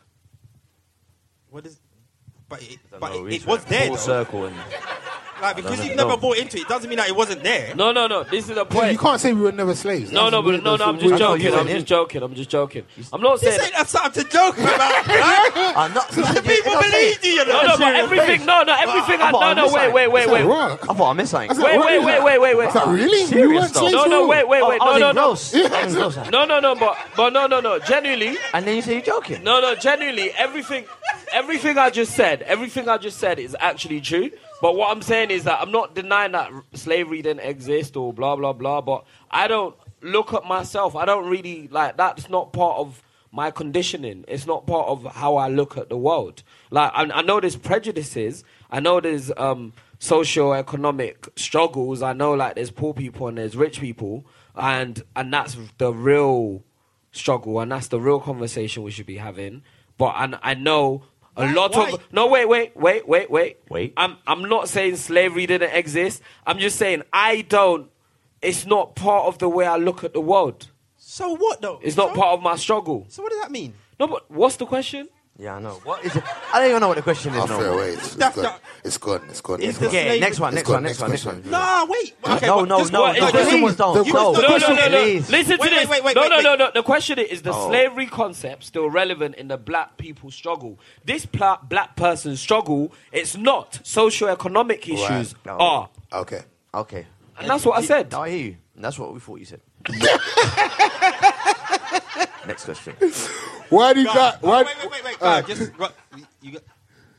S5: What is? But it, but it, it was there. though. Like because you've never bought into it, doesn't mean that it wasn't there.
S4: No, no, no. This is
S3: You
S4: the point.
S3: can't say we were never slaves.
S4: No,
S3: That's
S4: no, but
S3: weird.
S4: no,
S3: That's
S4: no. I'm
S3: weird.
S4: just joking. I'm just joking. I'm just joking. I'm not saying.
S5: This ain't something to joke about. right?
S6: I'm not.
S5: The people believe you, you know.
S4: No, no, but everything. No, no, everything. I, no, no. Wait, wait, wait, wait.
S6: I thought I oh, missed something.
S4: Wait, wait, wait, wait, wait, wait.
S6: Is that really? You
S4: Serious
S6: weren't
S4: though.
S6: slaves
S4: No,
S6: at
S4: no,
S6: all?
S4: wait, wait,
S6: Oh,
S4: wait.
S6: I
S4: No,
S6: was
S4: no, no.
S6: engrossed. I was engrossed.
S4: No, no, no. But, but no, no, no. Genuinely.
S6: And then you say you're joking.
S4: No, no. Genuinely, everything, everything I just said, everything I just said is actually true. But what I'm saying is that I'm not denying that r- slavery didn't exist or blah blah blah. But I don't look at myself. I don't really like. That's not part of my conditioning. It's not part of how I look at the world. Like I, I know there's prejudices. I know there's um, socio-economic struggles. I know like there's poor people and there's rich people, and and that's the real struggle and that's the real conversation we should be having. But and I know a lot of no wait wait wait wait wait wait. I'm I'm not saying slavery didn't exist. I'm just saying I don't. It's not part of the way I look at the world.
S5: Uh, So what though?
S4: It's not part of my struggle.
S5: So what does that mean?
S4: No, but what's the question?
S6: Yeah, I know. What is it? I don't even know what the question is.
S12: I'll throw it
S6: No.
S12: away. It's, it's gone. It's gone. It's gone.
S6: It's
S12: Next one.
S6: the Yeah, next one,
S12: It's
S6: next
S12: gone.
S6: one, next one, next
S12: question.
S6: one.
S5: Nah, wait. Okay,
S6: No,
S5: but
S6: no,
S5: just
S6: no,
S5: what-
S6: no,
S5: no,
S6: please
S5: please.
S6: don't,
S5: You was-
S6: no,
S5: no,
S4: No,
S5: no,
S4: no, no, no.
S6: please.
S4: Listen to
S5: Wait,
S4: this.
S5: wait, wait, wait,
S4: no, no,
S5: wait.
S4: no, no. The question is: the
S6: Oh.
S4: slavery concept still relevant in the black people struggle? This pla- black person struggle, it's not. Socioeconomic issues
S6: No.
S4: are,
S12: Okay.
S6: Okay.
S4: Ah. and that's what I said.
S6: I hear you. That's what we thought you said. Next question.
S3: Why do you
S5: Go on.
S3: got? Why?
S5: Oh, Wait, wait, wait, wait.
S3: Uh,
S5: Go on, Just ru- you got.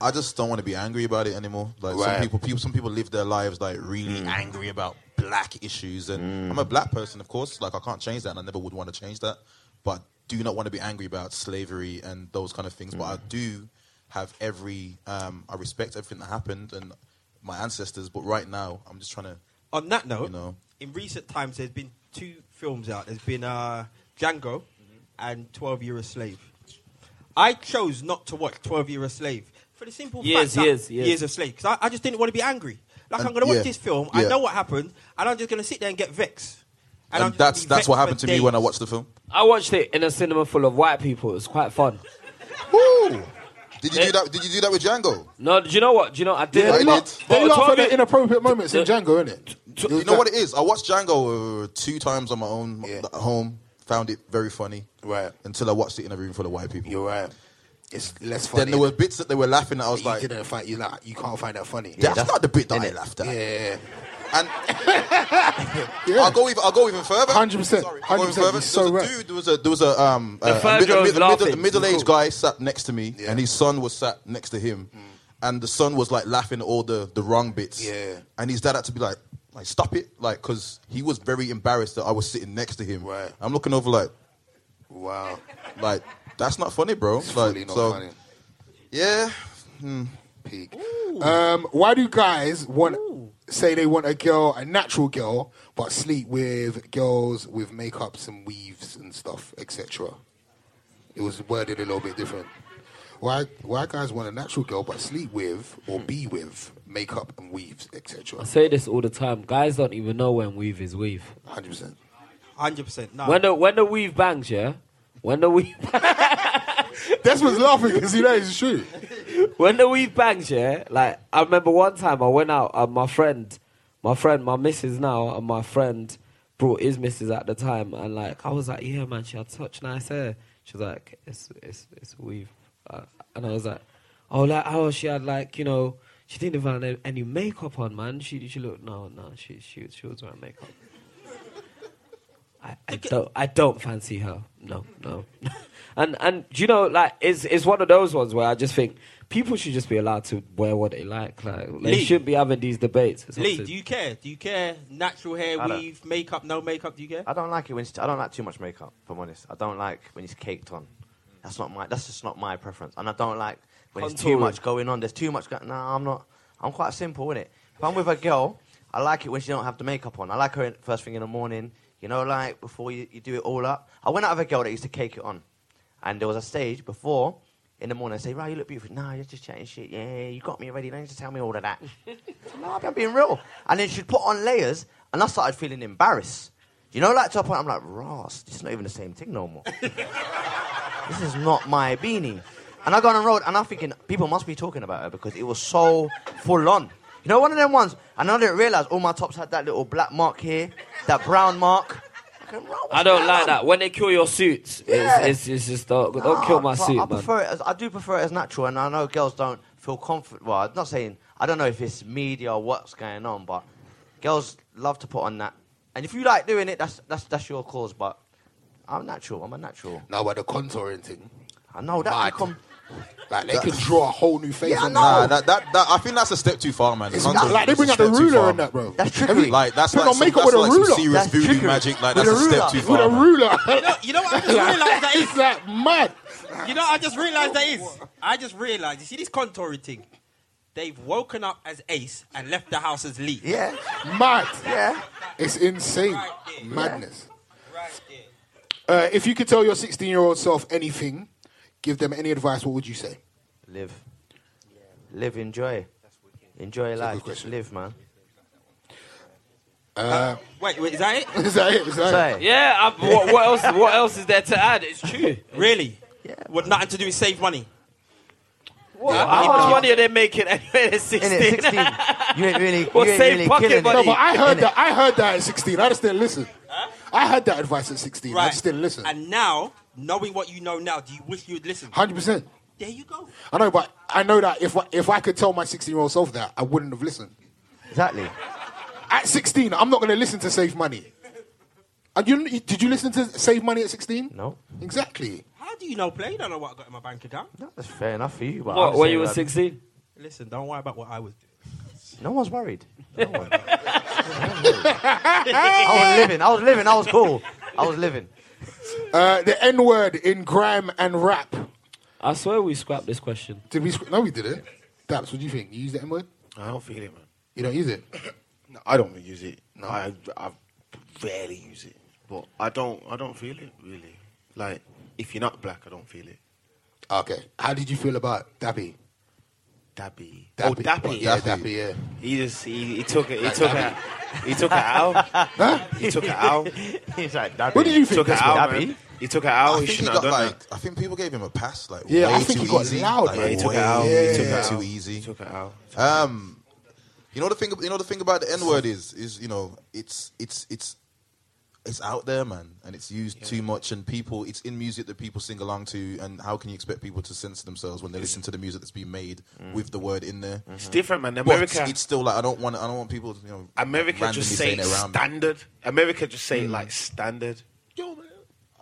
S8: I just don't want to be angry about it anymore. Like
S12: Right.
S8: some people, people, some people live their lives like really angry about black issues, and I'm a black person, of course. Like I can't change that, and I never would want to change that. But I do not want to be angry about slavery and those kind of things. But I do have every, um, I respect everything that happened and my ancestors. But right now, I'm just trying to,
S5: On that note,
S8: you know,
S5: in recent times, there's been two films out. There's been uh, Django and 12 Year a Slave. I chose not to watch 12 Year a Slave for the simple fact
S4: Years,
S5: that-
S4: years, years.
S5: a Slave because I, I just didn't want to be angry. Like,
S8: And-
S5: I'm going to watch
S8: yeah,
S5: this film, I
S8: yeah.
S5: know what happened, and I'm just going to sit there and get vexed.
S8: and,
S5: I'm just gonna
S8: that's
S5: be
S8: that's what
S5: vexed for
S8: happened to me when I
S5: days.
S8: watched the film.
S4: I watched it in a cinema full of white people. It was quite fun. Eh?
S8: Did you do that? Did you do that with Django?
S4: No, do you know what? Do you know I did?
S3: they
S8: I
S3: laugh-
S8: did.
S3: they
S4: But
S3: laugh at
S4: 12
S3: the inappropriate moments in Django, innit? it?
S8: You know what it is? I watched Django uh, two times on my own
S12: Yeah.
S8: at home. Found it very funny.
S12: Right.
S8: Until I watched it in a room full of white people.
S12: You're right. It's less funny.
S8: then there were bits that they were laughing at. I was
S12: you
S8: like,
S12: didn't find you like you can't find that funny.
S8: that's, not the bit that I laughed at.
S12: Yeah.
S8: And I'll go even I'll go even further.
S3: 100%,
S8: Sorry, I'll go even
S3: 100%,
S8: further.
S3: you're so
S8: there was
S3: right.
S8: a dude. There was a there was a um uh,
S4: third
S8: a, mid-
S4: row
S8: a,
S4: was
S8: mid- a, middle, a
S4: laughing.
S8: middle aged
S4: Cool.
S8: guy sat next to me,
S12: Yeah.
S8: and his son was sat next to him,
S3: Mm.
S8: and the son was like laughing at all the the wrong bits.
S12: Yeah.
S8: and his dad had to be like. Like stop it, like because he was very embarrassed that I was sitting next to him.
S12: Right.
S8: I'm looking over like,
S12: Wow.
S8: like that's not funny, bro.
S12: It's
S8: like
S12: really not
S8: so,
S12: funny.
S8: yeah,
S12: Peak.
S3: Hmm. Um, why do guys want say they want a girl, a natural girl, but sleep with girls with makeups and weaves and stuff, etc. It was worded a little bit different. Why why guys want a natural girl but sleep with or be with makeup and weaves,
S4: I
S3: etc.
S4: say this all the time. Guys don't even know when weave is weave.
S3: Hundred percent.
S5: 100%. No.
S4: When the when the weave bangs, yeah. When the weave
S3: Desmond's laughing because he knows it's true.
S4: when the weed bangs, yeah. Like I remember one time I went out and my friend, my friend, my missus now, and my friend brought his missus at the time, and like I was like, yeah, man, she had such nice hair. She was like, it's it's it's weave, uh, and I was like, oh, like oh, she had like you know, she didn't even have any makeup on, man. She she looked no no, she she she was wearing makeup. I, I don't I don't fancy her. No, no. and and do you know like it's it's one of those ones where I just think people should just be allowed to wear what they like. Like they
S5: Lee.
S4: shouldn't be having these debates. It's
S5: Lee,
S4: not
S5: do you care? Do you care? Natural hair,
S6: I don't-
S5: weave, makeup, no makeup, do you care?
S6: I don't like it when it's, I don't like too much makeup. If I'm honest, I don't like when it's caked on. That's not my. That's just not my preference. And I don't like when there's too
S4: Contouring.
S6: much going on. There's too much. Go- no, I'm not. I'm quite simple, innit? If I'm with a girl, I like it when she don't have the makeup on. I like her in, first thing in the morning, you know, like before you, you do it all up. I went out with a girl that used to cake it on. And there was a stage before in the morning. I say, right, you look beautiful. Nah, you're just chatting shit. Yeah, yeah, you got me already. Don't just tell me all of that. no, I'm being real. And then she'd put on layers, and I started feeling embarrassed. You know, like to a point, I'm like, Ross, it's not even the same thing no more. this is not my beanie. And I go on the road, and I'm thinking, people must be talking about her because it was so full on. You know, one of them ones, and I didn't realize all my tops had that little black mark here, that brown mark.
S4: I don't like that. When they kill your suits,
S6: Yeah.
S4: it's, it's, it's just don't,
S6: Nah,
S4: don't kill my
S6: but
S4: suit,
S6: I
S4: man.
S6: prefer it. As, I do prefer it as natural, and I know girls don't feel confident. Well, I'm not saying I don't know if it's media or what's going on, but girls love to put on that. And if you like doing it, that's that's that's your cause. But I'm natural. I'm a natural.
S3: Now, but the contouring thing.
S6: I know that
S3: Mad.
S6: could come.
S3: Like they
S6: That-
S3: could draw a whole new face.
S6: Yeah, I
S3: on
S6: know.
S8: Nah, that, that, that, I think that's a step too far, man.
S3: It's
S8: Can't
S3: not-
S8: do it.
S3: like, they
S8: It's
S3: bring
S8: a
S3: out the
S8: step too
S3: ruler
S8: far.
S3: in that, bro.
S6: That's
S3: trickery.
S8: Like that's
S3: Put
S8: like
S3: on
S8: some,
S3: makeup
S8: that's
S3: with a
S8: like some
S3: ruler.
S8: serious
S3: That's
S8: voodoo
S3: trickery.
S8: magic. Like
S3: With
S8: that's
S3: a
S8: a step
S3: ruler.
S8: too
S3: With
S8: far.
S3: a
S8: man.
S3: ruler.
S5: you know what I just realised that is?
S3: like mad.
S5: You know what I just realised that is? I just realised, you see this contouring thing? They've woken up as Ace and left the house as Lee.
S6: Yeah.
S3: Mad.
S6: Yeah.
S3: It's insane. Madness. Uh, if you could tell your 16 year old self anything, give them any advice, what would you say?
S6: Live. Live. Enjoy. Enjoy life. Just live, man.
S3: Uh,
S5: Wait, wait, is that it?
S3: is that it? Is that
S6: Say.
S3: it?
S4: Yeah, I, what, what else? What else is there to add? It's true.
S5: Really? Yeah. With nothing to do with save money.
S4: What,
S5: Yeah,
S4: how
S5: I
S4: much
S5: know.
S4: money are they making anyway? They're
S6: In
S4: sixteen.
S6: it, 16. You ain't really.
S4: Well,
S6: you ain't
S4: save
S6: really
S4: pocket
S6: killing
S4: money.
S6: it.
S3: No, but I heard
S6: Innit?
S3: that. I heard that at 16. I just didn't listen. I had that advice at 16. I just didn't listen.
S5: And now, knowing what you know now, do you wish you would listen?
S3: 100%.
S5: There you go.
S3: I know, but I know that if I, if I could tell my 16 year old self that, I wouldn't have listened.
S6: Exactly.
S3: At 16, I'm not going to listen to Save Money. And you, did you listen to Save Money at 16?
S6: No.
S3: Exactly.
S5: How do you know play? You don't know what I got in my bank account.
S6: That's fair enough for you. But
S4: What,
S6: I'm
S4: when
S6: saying,
S4: you were
S6: like,
S4: sixteen?
S5: Listen, don't worry about what I was doing.
S6: No one's worried. I was living. I was living. I was cool. I was living.
S3: Uh, the N word in grime and rap.
S4: I swear we scrapped this question.
S3: Did we? squ- No, we did it. Daps, what do you think? You use the N word?
S9: I don't feel it, man.
S3: You don't use it.
S9: No, I don't use it. No, I, I rarely use it, but I don't. I don't feel it really. Like if you're not black, I don't feel it.
S3: Okay. How did you feel about Dappy?
S9: Dappy.
S3: Dappy.
S9: Oh, Dappy.
S3: Yeah, Dappy. Yeah.
S9: He just he, he took it. He took it. He took it out. He took it out.
S6: He's like, that
S3: What did you think?
S9: Took it
S3: Dappy?
S9: out,
S6: Dappy?
S9: man. He took it
S8: I
S9: out. He
S8: think he
S9: shouldn't have
S8: got
S9: done
S8: like.
S9: that.
S8: I think people gave him a pass. Like
S3: Yeah,
S8: way
S3: I think
S8: too
S3: he got
S8: easy.
S3: loud,
S8: Like,
S3: man.
S9: Yeah, he took
S8: way
S9: it out. He took it out.
S8: too easy.
S9: He took it out.
S8: Um, you know the thing. You know the thing about the N word is is you know it's it's it's it's out there, man, and it's used too much. And people, it's in music that people sing along to. And how can you expect people to censor themselves when they listen to the music that's being made with the word in there?
S9: Mm. It's different, man.
S8: But
S9: America.
S8: it's still like I don't want. I don't want people. You know,
S9: America
S8: randomly
S9: just say
S8: saying it around. me.
S9: standard. America just say like standard. Yo, man.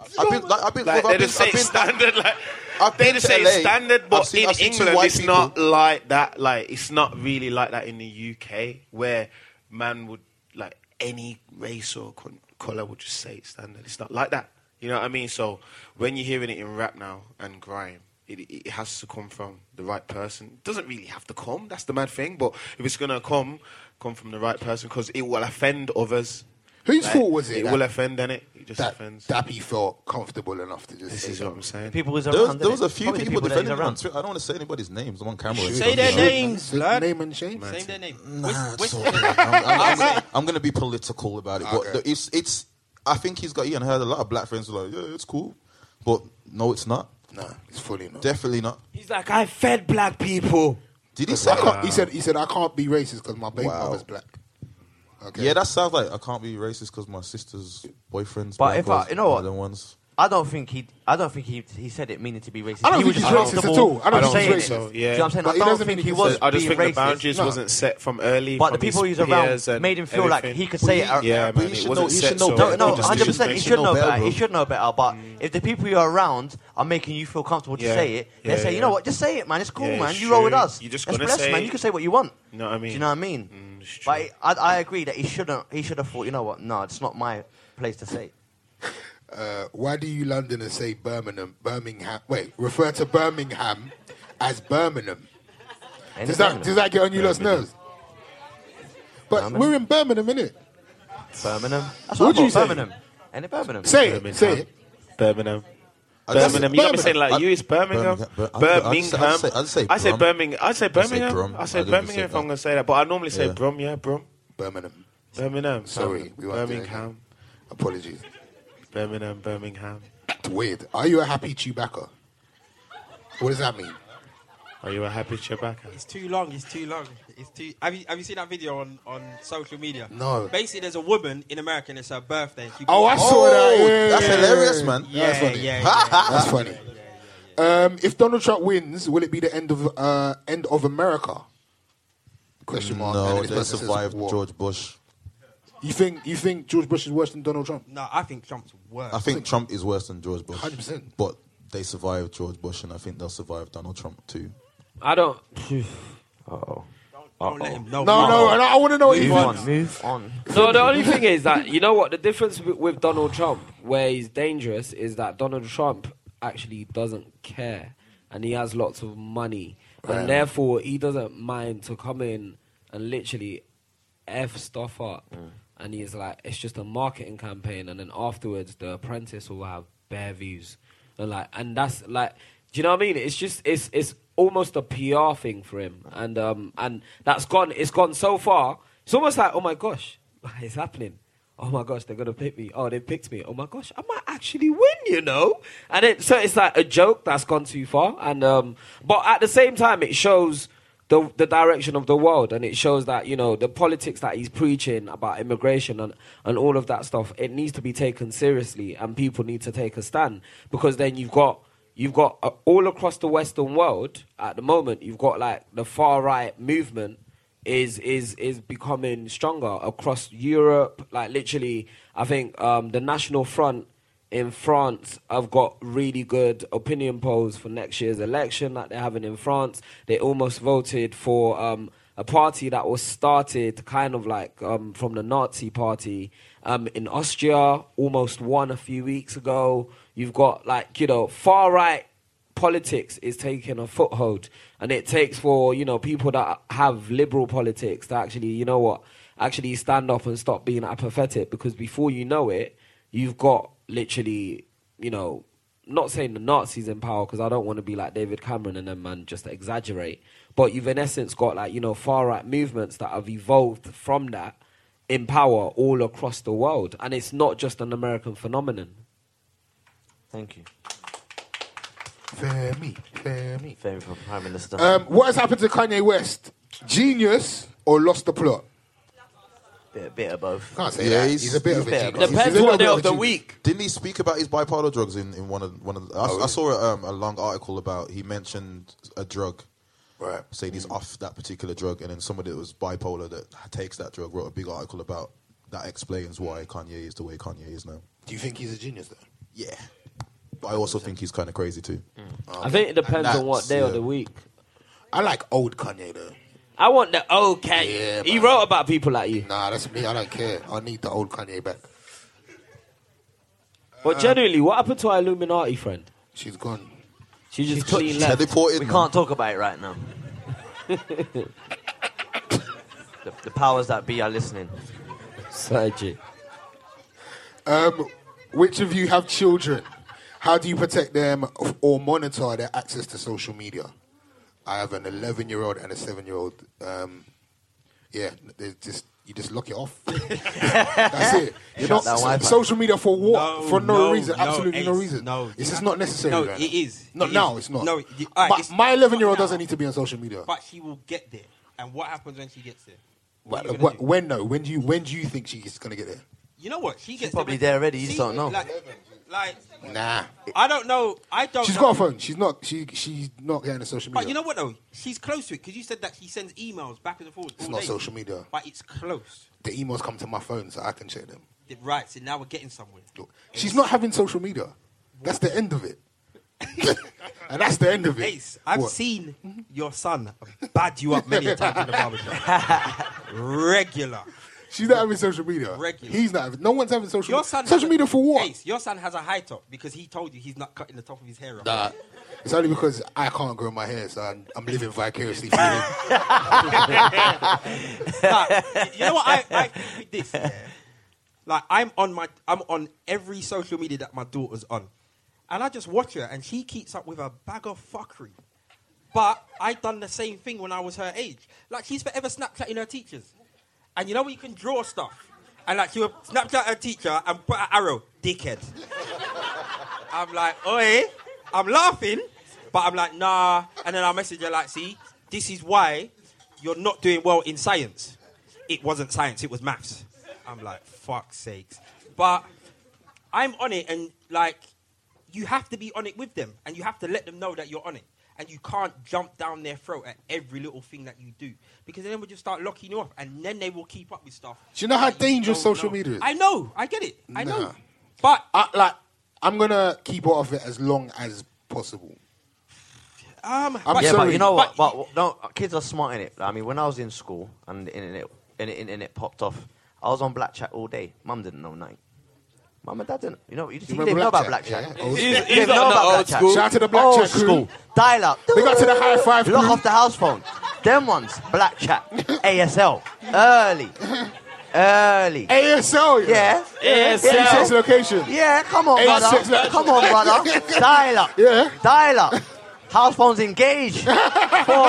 S8: I've been, like, I've been,
S9: Like,
S8: I've
S9: they
S8: been,
S9: just say
S8: I've been,
S9: standard. Like
S8: I've
S9: they
S8: been
S9: just
S8: to
S9: say
S8: LA.
S9: standard, but
S8: I've seen-
S9: in
S8: I've seen two
S9: England
S8: white
S9: it's
S8: people.
S9: not like that. Like it's not really like that in the UK, where man would like any race or con- color would just say it's standard. It's not like that. You know what I mean? So when you're hearing it in rap now and grime. It, it has to come from the right person. It doesn't really have to come. That's the mad thing. But if it's gonna come, come from the right person because it will offend others.
S3: Whose
S9: Like,
S3: fault was it?
S9: It
S3: that-
S9: will offend, then it. It just
S3: that
S9: offends.
S3: Dappy felt comfortable enough to just.
S9: This
S3: say
S9: is what I'm saying.
S6: People was
S8: There was,
S6: around.
S8: there was
S6: innit?
S8: a few
S6: Probably the
S8: people,
S6: that he's
S8: defending him on
S6: around.
S8: Twitter. I don't want to say anybody's names. I'm on camera.
S3: that.
S5: Say their
S3: Shit.
S5: names,
S3: Say
S5: blood.
S3: Name and shame.
S5: Say their name.
S8: Nah,
S5: Which- which-
S8: it's all right. I'm, I'm, I'm, I'm going to be political about it.
S3: Okay.
S8: But the- it's, it's, I think he's got, Ian heard a lot of black friends who are like, yeah, it's cool. But no, it's not.
S3: Nah, it's fully not.
S8: Definitely not.
S4: He's like, I fed black people.
S8: Did he say
S3: I
S8: that?
S3: can't, he said. He said I can't be racist because my baby
S8: Wow.
S3: mother's black. Okay.
S8: Yeah, that sounds like I can't be racist because my sister's boyfriend's
S6: But
S8: black
S6: if I-
S8: was
S6: you know what?
S8: one of them ones.
S6: I don't think he. I don't think he. He said it meaning to be racist.
S3: I don't
S6: he was
S3: think he's
S6: just
S3: racist
S6: comfortable
S3: at all. I don't
S6: saying
S3: think he's
S6: it.
S3: racist.
S6: Do you know what I'm saying?
S3: But
S6: I
S3: he
S6: don't
S3: doesn't
S6: think
S3: mean
S6: he
S3: he's
S6: was.
S3: racist.
S9: I just
S6: being
S9: think
S6: racist.
S9: the boundaries wasn't set from early.
S6: But
S9: from
S6: the people
S9: his
S6: he's around
S9: peers and
S6: made him feel like
S9: everything.
S6: he could say it. ar-
S9: Yeah,
S8: But
S9: man,
S8: he
S9: it
S8: should know-
S9: wasn't
S8: he
S9: set.
S8: should know
S9: so
S8: better.
S6: No,
S9: it
S6: no,
S9: just
S6: 100. percent He
S9: didn't-
S8: discrimination,
S6: should know
S8: no
S6: better.
S8: bail,
S6: He
S8: bro.
S6: should know better. But if the people you're around are making you feel comfortable to
S9: Yeah.
S6: say it, they
S9: Yeah,
S6: say, you
S9: yeah.
S6: know what, just say it, man. It's cool,
S9: Yeah,
S6: man.
S9: it's
S6: You roll with
S9: true.
S6: us.
S9: You're just
S6: That's
S9: gonna
S6: blessed,
S9: say
S6: man.
S9: it.
S6: You can say what you want.
S9: You know what I mean?
S6: Do you know what I mean?
S9: Mm, it's
S6: but
S9: true.
S6: I, I agree that he shouldn't. He should have thought, you know what? No, it's not my place to say. it."
S3: Uh, why do you Londoners say Birmingham? Birmingham. Wait, refer to Birmingham as Birmingham. Does that, does that get on you lot's nerves? But we're in Birmingham, innit?
S6: Birmingham.
S3: That's what
S6: I
S3: would you
S6: thought,
S3: say?
S6: Birmingham. Ain't it Birmingham?
S3: Say it, say it.
S11: Birmingham.
S8: I just-
S11: Birmingham. You got me saying like
S8: I-
S11: you. It's Birmingham.
S8: Birmingham, but I'd- I'd say- I'd
S11: Birmingham.
S8: say- I'd say
S11: I say
S8: Brum.
S11: Birmingham. I say
S8: I'd say
S11: Birmingham.
S8: Brum.
S11: I
S8: I
S11: say
S8: didn't say
S11: Birmingham if I'm
S8: that.
S11: gonna say that, but I normally say
S8: Yeah.
S11: Brum. Yeah, Brum.
S12: Birmingham.
S11: Birmingham.
S3: Sorry, we won't do it
S11: Birmingham.
S12: Apologies.
S11: Birmingham. Birmingham.
S3: Weird. Are you a happy Chewbacca? What does that mean?
S11: Are you a happy Chewbacca?
S5: It's too long. It's too long. It's too. Have you have you seen that video on on social media?
S11: No.
S5: Basically, there's a woman in America and it's her birthday. She-
S3: Oh, I saw that. Yeah,
S8: that's
S3: yeah,
S8: hilarious,
S3: yeah.
S8: man.
S5: Yeah,
S3: that's funny.
S5: yeah, yeah.
S3: that's funny. Um, if Donald Trump wins, will it be the end of uh, end of America? Question mark. And
S8: No,
S3: then this
S8: they
S3: person says
S8: survived
S3: war.
S8: George Bush.
S3: You think you think George Bush is worse than Donald Trump?
S5: No, I think Trump's worse.
S8: I think Trump is worse than George Bush.
S3: 100%.
S8: But they survived George Bush, and I think they'll survive Donald Trump too.
S4: I don't.
S6: Oh.
S5: Don't let him know.
S3: No, no, and I want to know what he
S6: Move
S3: wants.
S6: on. Move on.
S4: No, the only thing is that you know what the difference with, with Donald Trump, where he's dangerous, is that Donald Trump actually doesn't care, and he has lots of money,
S3: Right.
S4: and therefore he doesn't mind to come in and literally f stuff up, and he's like, it's just a marketing campaign, and then afterwards the Apprentice will have bare views, and like, and that's like, do you know what I mean? It's just it's it's almost a PR thing for him, and um and that's gone. It's gone so far. It's almost like, oh my gosh, it's happening. Oh my gosh, they're gonna pick me. Oh, they picked me. Oh my gosh, I might actually win, you know. And it, so it's like a joke that's gone too far. And um, but at the same time, it shows the the direction of the world, and it shows that you know the politics that he's preaching about immigration and and all of that stuff. It needs to be taken seriously, and people need to take a stand because then you've got you've got uh, all across the Western world at the moment. You've got like the far right movement is is is becoming stronger across Europe. Like literally, I think um, the National Front in France have got really good opinion polls for next year's election that they're having in France. They almost voted for um, a party that was started kind of like um, from the Nazi party um, in Austria. Almost won a few weeks ago. You've got like you know far right politics is taking a foothold and it takes for you know people that have liberal politics to actually you know what actually stand up and stop being apathetic because before you know it you've got literally you know not saying the Nazis in power because I don't want to be like David Cameron and them man just exaggerate but you've in essence got like you know far right movements that have evolved from that in power all across the world and it's not just an American phenomenon
S6: Thank you.
S3: Fair me, fair me.
S6: Favourite for Prime Minister.
S3: Um, what has happened to Kanye West? Genius or lost the plot?
S6: bit, bit of both.
S3: Can't say that. He's, a bit of a
S6: he's
S3: genius.
S6: better.
S3: He's a little bit a genius.
S8: Didn't he speak about his bipolar drugs in, in one of one of? The, I,
S3: Oh,
S8: I saw a, um, a long article about he mentioned a drug,
S3: Right. Mm.
S8: saying he's off that particular drug, and then somebody that was bipolar that takes that drug wrote a big article about that explains why Kanye is the way Kanye is now.
S3: Do you think he's a genius though?
S8: Yeah, but I also think he's kind of crazy too.
S4: Mm. I think it depends on
S8: that's-
S4: what day of
S8: yeah.
S4: the week
S3: I like old Kanye though.
S4: I want the old Kanye.
S3: Yeah,
S4: he
S3: man.
S4: wrote about people like you.
S3: Nah, that's me. I don't care. I need the old Kanye back. Uh,
S4: But genuinely, what happened to our Illuminati friend?
S3: She's gone.
S4: She just clean
S8: She's
S4: left.
S8: teleported.
S6: We
S8: man.
S6: can't talk about it right now. the, the powers that be are listening.
S4: Sergeant.
S3: Um, which of you have children? How do you protect them or monitor their access to social media? I have an 11 year old and a 7 year old. Um, yeah, they just you just lock it off. That's it. You're not,
S6: Shut that
S3: so-
S6: Wi-Fi.
S3: social media for what?
S5: No,
S3: for no,
S5: no,
S3: reason.
S5: no,
S3: Absolutely no
S5: it's-
S3: reason.
S5: no,
S3: it's
S5: you
S3: just
S5: have-
S3: not necessary.
S5: no,
S3: right
S5: it
S3: now.
S5: is.
S3: Not
S5: It
S3: now.
S5: is.
S3: It's not.
S5: No, you- all right,
S3: My-
S5: it's-
S3: my 11 year old
S5: not now.
S3: doesn't need to be on social media.
S5: But she will get there. And what happens when she gets there? What
S3: But,
S5: are you gonna
S3: what,
S5: do?
S3: when though? When do you when do you think she's gonna get there?
S5: You know what? She gets
S6: probably
S5: when-
S6: there already, you just
S5: See,
S6: don't know.
S5: Like, like,
S3: Nah,
S5: I don't know. I don't.
S3: she's
S5: know.
S3: got a phone. She's not. She she's not getting a social media.
S5: But you know what though? She's close to it because you said that she sends emails back and forth.
S3: It's
S5: all
S3: not
S5: day.
S3: social media.
S5: But it's close.
S3: The emails come to my phone, so I can check them.
S5: Right. So now we're getting somewhere.
S3: She's not having social media. That's the end of it. and that's the end of it.
S5: Ace, I've
S3: What?
S5: seen your son bad you up many a times in the barbershop. Regular.
S3: She's not having social media.
S5: Regular.
S3: He's not. having- No one's having social.
S5: Your son has
S3: social
S5: a-
S3: media for what?
S5: Ace, your son has a high top because he told you he's not cutting the top of his hair off.
S3: Nah. It's only because I can't grow my hair, so I'm, I'm living vicariously through him.
S5: Nah, you know what? I, I with this. yeah. Like I'm on my I'm on every social media that my daughter's on, and I just watch her, and she keeps up with a bag of fuckery. But I done the same thing when I was her age. Like she's forever Snapchatting her teachers, and you know when you can draw stuff, and like she would Snapchat her teacher and put an arrow, dickhead. I'm like, oi, I'm laughing, but I'm like, nah. And then I message her like, see, this is why you're not doing well in science. It wasn't science, it was maths. I'm like, fuck's sakes. But I'm on it, and like, you have to be on it with them, and you have to let them know that you're on it. And you can't jump down their throat at every little thing that you do, because then we'll just start locking you off, and then they will keep up with stuff.
S3: Do you know how
S5: that
S3: dangerous
S5: don't
S3: social
S5: know.
S3: media is?
S5: I know, I get it, I
S3: Nah.
S5: know. But
S3: I, like, I'm gonna keep out of it as long as possible.
S5: Um,
S3: I'm
S6: yeah,
S3: sorry.
S6: but you know what? But, no, kids are smart in it. I mean, when I was in school and the internet, and the internet popped off, I was on Black Chat all day. Mum didn't know nothing. Mum and dad didn't. You know, you just
S3: You
S6: didn't
S3: remember
S6: know about
S3: Black
S6: Black
S3: Chat?
S6: Chat.
S3: Yeah, old
S6: They
S3: school.
S6: didn't
S3: He's on
S6: know
S3: the nou
S6: about
S3: old
S6: Black Chat.
S3: school. Shout out to the Black
S6: old
S3: Chat crew.
S6: school. Dial up.
S3: Big up to the high five
S6: Lock
S3: crew.
S6: off the house phone. Them ones, Black Chat, ASL, early. Early.
S3: ASL,
S6: yeah.
S3: ASL. Sex location.
S6: Yeah, come on,
S3: ASL.
S6: brother. Come on, brother. Dial up. Yeah. Dial up. House phones engaged. Four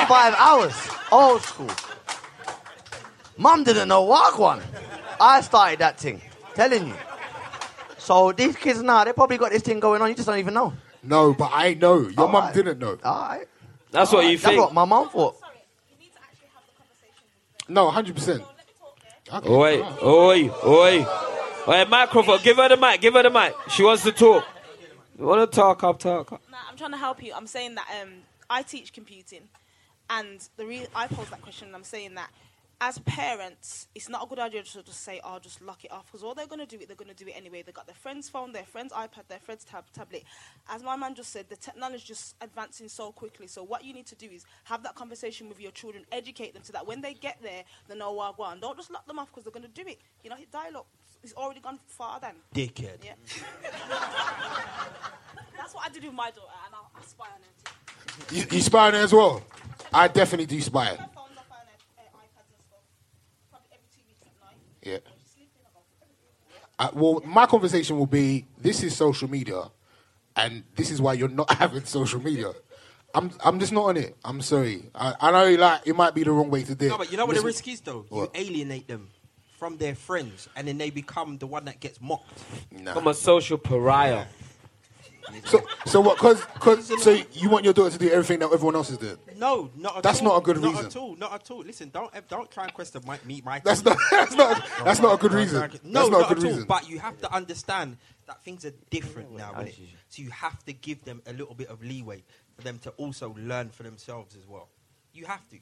S6: or five hours. Old school. Mum didn't know what one. I started that thing. Telling you. So these kids now, they probably got this thing going on. You just don't even know.
S3: No, but I know. Your mum didn't know.
S6: All right.
S4: That's
S3: Oh,
S4: what you
S6: That's
S4: think.
S6: what my mum thought.
S3: No, 100. percent
S4: Oi, oi, oi. Oi, microphone. Give her the mic. Give her the mic. She wants to talk. You want to talk? Up, talk. up.
S14: Nah, I'm trying to help you. I'm saying that um, I teach computing, and the re- I posed that question. and I'm saying that as parents, it's not a good idea to just say, "Oh, just lock it off," because all they're going to do it, they're going to do it anyway. They got their friend's phone, their friend's iPad, their friend's tab- tablet. As my man just said, the technology just advancing so quickly. So what you need to do is have that conversation with your children, educate them so that when they get there, they know what one. Don't just lock them off because they're going to do it. You know, hit dial up. It's already gone far then.
S5: Dickhead.
S14: Yeah. That's what I did with my daughter, and I, I spy on her.
S3: You, you spy on her as well. I definitely do spy. on her. Yeah. Uh, well, my conversation will be: This is social media, and this is why you're not having social media. I'm, I'm just not on it. I'm sorry. I, I know, like, it might be the wrong way to do. it.
S5: No, but you know what the
S3: Listen-
S5: risk is though?
S3: What?
S5: You alienate them from their friends, and then they become the one that gets mocked.
S4: I'm a social pariah.
S3: So, so what? Cause, 'cause- so you want your daughter to do everything that everyone else is doing?
S5: No, not at
S3: That's
S5: all.
S3: not a good
S5: not
S3: reason.
S5: at all. Not at all. Listen, don't ev- don't try and question my, me my.
S3: That's not. That's not. That's not a good
S5: Don't
S3: reason.
S5: try and-
S3: That's not
S5: No,
S3: a
S5: not
S3: good
S5: at all.
S3: reason.
S5: But you have to understand that things are different now, innit? so you have to give them a little bit of leeway for them to also learn for themselves as well. You have to.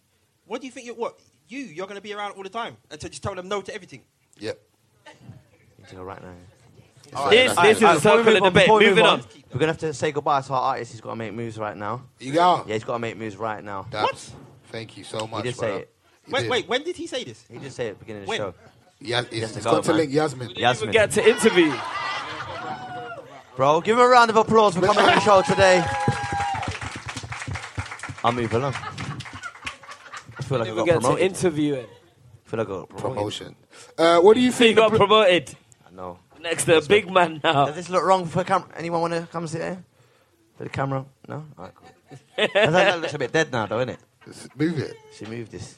S5: What do you think? You're, what you you're going to be around all the time until you just tell them no to everything.
S6: Until right now.
S5: All right,
S4: that's it. Alright, before we move on- before we move on,
S6: We're gonna have to say goodbye to our artist. He's got to make moves right now.
S3: You go.
S6: Yeah, he's got to make moves right now.
S3: What? Thank you so much.
S6: He did say
S3: brother.
S6: it.
S3: He
S5: Wait,
S3: did.
S5: wait. When did he say this?
S6: He did say it at the beginning of the
S5: When?
S6: show.
S3: Yeah,
S6: He has
S3: it's, it's
S6: go,
S3: got to
S6: man.
S3: link Yasmin.
S6: Yasmin.
S4: Get to interview.
S6: Bro, give him a round of applause for coming on the show today. I'll move along. I feel like I
S4: We
S6: got
S4: get to
S6: promoted.
S4: interview it.
S6: I feel like I got promoted.
S3: Promotion. Uh, what do you think?
S4: You got promoted.
S6: I know.
S4: Next to a big man now.
S6: Does this look wrong for camera? Anyone want to come sit here? For the camera? No? All right, cool. that, that looks a bit dead now, though, innit?
S3: Move it.
S6: She moved this.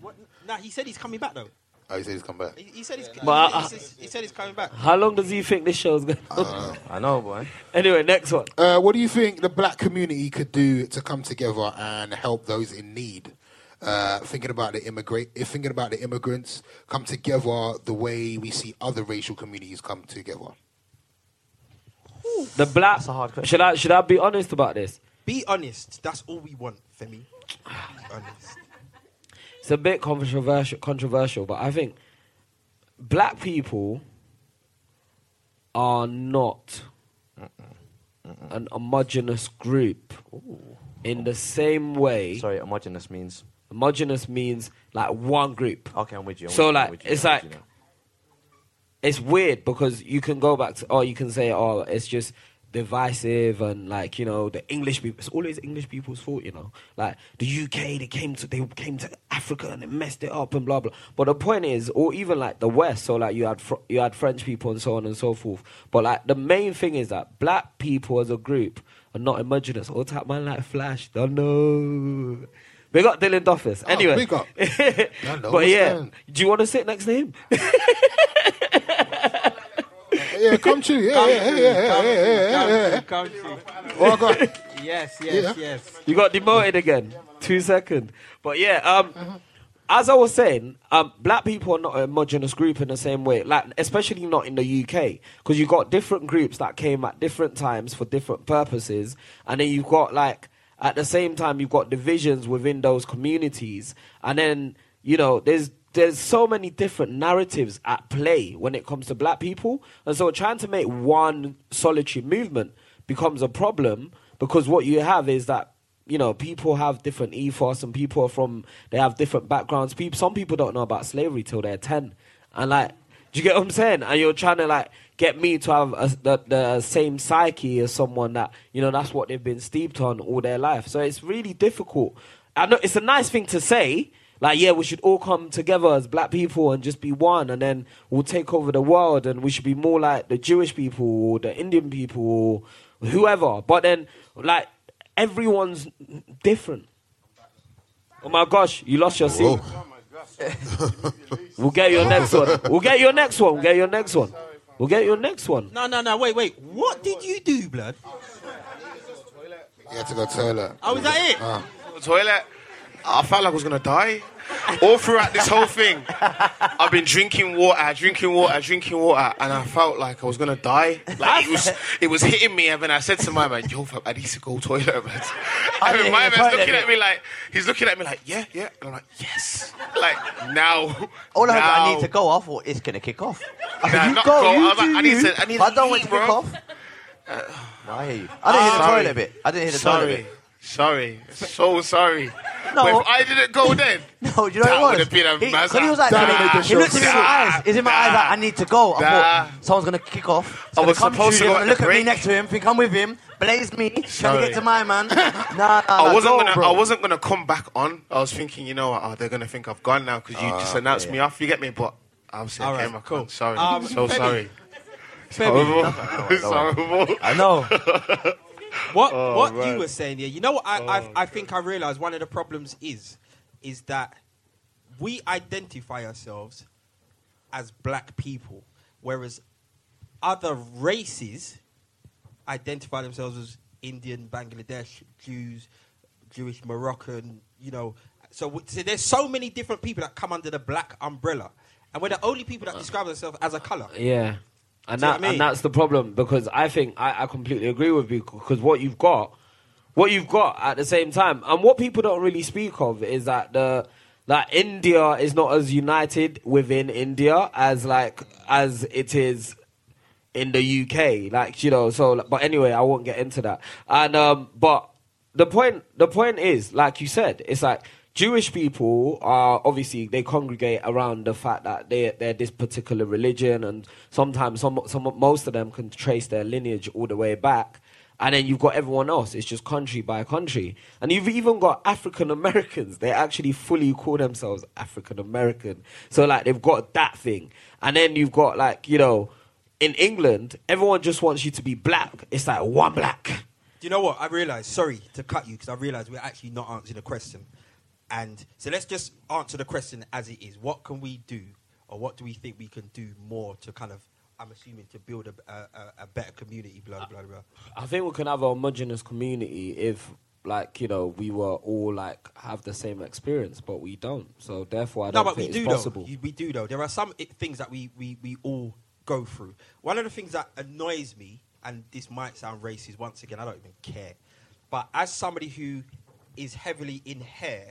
S5: What? Nah, he said he's coming back though.
S3: Oh, he said he's come back.
S5: He, he said he's.
S4: But
S5: he,
S4: I-
S5: said he's- he said he's coming back.
S4: How long does he think this show's going to
S6: I know, boy.
S4: Anyway, next one.
S3: Uh, what do you think the black community could do to come together and help those in need? Uh, thinking about the immigrate, eh, thinking about the immigrants, come together the way we see other racial communities come together.
S4: The black. Should I should I be honest about this?
S5: Be honest. That's all we want, Femi. Be honest.
S4: It's a bit controversial, controversial, but I think black people are not an homogenous group in the same way.
S6: Sorry, homogenous means.
S4: Homogenous means like one group.
S6: Okay, I'm with you. I'm
S4: so
S6: with you, I'm
S4: like
S6: with you,
S4: it's
S6: I'm
S4: like
S6: with you
S4: it's weird because you can go back to or you can say oh it's just divisive and like you know the English people. It's always English people's fault, you know. Like the UK, they came to they came to Africa and they messed it up and blah blah. But the point is, or even like the West, so like you had fr- you had French people and so on and so forth. But like the main thing is that black people as a group are not homogenous. Oh, All type man like Flash, don't know. Big up Dylan Duffus.
S5: Ah,
S4: Anyway,
S3: big up.
S4: but yeah, do you want to sit next to him?
S3: yeah, come true. Yeah, yeah, yeah, yeah, yeah, yeah, yeah, yeah.
S5: Come true.
S3: Oh, God.
S5: Yes,
S4: Yeah.
S5: yes, yes.
S4: You got demoted again. Two second. But yeah, um, as I was saying, um, black people are not a homogenous group in the same way, like especially not in the UK, because you got different groups that came at different times for different purposes, and then you've got like at the same time you've got divisions within those communities, and then you know there's there's so many different narratives at play when it comes to black people, and so trying to make one solitary movement becomes a problem because what you have is that you know, people have different ethos and people are from they have different backgrounds. People, some people don't know about slavery till they're ten, and like, do you get what I'm saying? And you're trying to like get me to have a, the the same psyche as someone that you know that's what they've been steeped on all their life. So it's really difficult. I know it's a nice thing to say. Like, yeah, we should all come together as black people and just be one, and then we'll take over the world, and we should be more like the Jewish people or the Indian people or whoever. But then, like, everyone's different. Oh my gosh, you lost your seat. we'll get your next one. We'll get your next one. We'll get your next one. We'll get your next one.
S5: No, no, no. Wait, wait. What did you do, blood?
S3: You had to go toilet.
S5: Oh, is that it?
S3: Ah.
S9: Toilet. I felt like I was gonna die. All throughout this whole thing, I've been drinking water, drinking water, drinking water, and I felt like I was gonna die. Like it was, it was hitting me. And then I said to my man, "Yo, fam, I need to go toilet." Man. And then my
S15: yeah,
S9: man's
S15: toilet,
S9: looking at
S15: yeah.
S9: me like he's looking at me like, "Yeah, yeah," and I'm like, "Yes." Like now,
S6: All I, heard,
S9: now,
S6: I need to go off, or it's gonna kick off. I said,
S9: Nah,
S6: you
S9: not
S6: go,
S9: go.
S6: you
S9: I was like,
S6: do
S9: I need
S6: you.
S9: to- I need
S6: But
S9: to
S6: don't want
S9: eat,
S6: to kick
S9: bro.
S6: off. no, I hear you. I didn't hear the
S9: Sorry.
S6: toilet bit. I didn't hear the
S9: sorry.
S6: toilet bit.
S9: Sorry, so sorry.
S6: No.
S9: But if I didn't go then,
S6: no, you know
S9: that
S6: what it was?
S9: would have been a
S6: He, 'cause
S9: massive-
S6: he was like,
S9: Nah,
S6: he looked in my eyes. It's in my
S9: nah.
S6: eyes like, I need to go. I
S9: Nah.
S6: thought someone's gonna kick off. It's
S9: I
S6: gonna
S9: was
S6: come
S9: supposed
S6: you,
S9: to go
S6: gonna
S9: at
S6: look
S9: the
S6: at me
S9: break.
S6: next to him, think I'm with him, blaze me, trying to
S9: Sorry.
S6: get to my man. Nah, nah,
S9: I
S6: nah,
S9: wasn't
S6: go,
S9: gonna.
S6: bro.
S9: I wasn't gonna come back on. I was thinking, you know, what, oh, they're gonna think I've gone now because you
S11: Ah,
S9: just announced
S11: yeah.
S9: me off. You get me? But I was
S11: All
S9: okay,
S11: right,
S9: my cool. Sorry,
S11: Um,
S9: so
S11: Femi.
S9: sorry. It's
S5: Femi.
S9: horrible.
S5: Don't worry, don't
S9: It's
S5: worry.
S9: horrible.
S6: I know.
S5: What
S9: Oh,
S5: what
S9: man. Oh,
S5: you were saying here? You know what I I, I think I realised one of the problems is, is that we identify ourselves as black people, whereas other races identify themselves as Indian, Bangladesh, Jews, Jewish, Moroccan. You know, so, we- so there's so many different people that come under the black umbrella, and we're the only people
S6: Uh,
S5: that describe themselves as a color.
S4: Yeah. And,
S5: See what
S4: that,
S5: I mean?
S4: and that's the problem because I think I, I completely agree with you because what you've got, what you've got at the same time, and what people don't really speak of is that the that India is not as united within India as like as it is in the UK. Like you know, so like, but anyway, I won't get into that. And um, but the point the point is, like you said, it's like Jewish people are obviously they congregate around the fact that they they're this particular religion, and sometimes some some most of them can trace their lineage all the way back. And then you've got everyone else. It's just country by country. And you've even got African Americans. They actually fully call themselves African American. So, like, they've got that thing. And then you've got, like, you know, in England, everyone just wants you to be black. It's like one black.
S5: Do you know what? I realised, sorry to cut you, because I realised we're actually not answering the question. And so let's just answer the question as it is. What can we do, or what do we think we can do more to kind of, I'm assuming, to build a, a, a- a better community, blah, blah, blah.
S4: I think we can have a homogenous community if, like, you know, we were all like have the same experience, but we don't. So therefore, I
S5: no,
S4: don't
S5: but we
S4: think
S5: do,
S4: it's possible.
S5: though. You- We do, though. There are some i- things that we, we, we all go through. One of the things that annoys me, and this might sound racist, once again, I don't even care, but as somebody who is heavily in hair,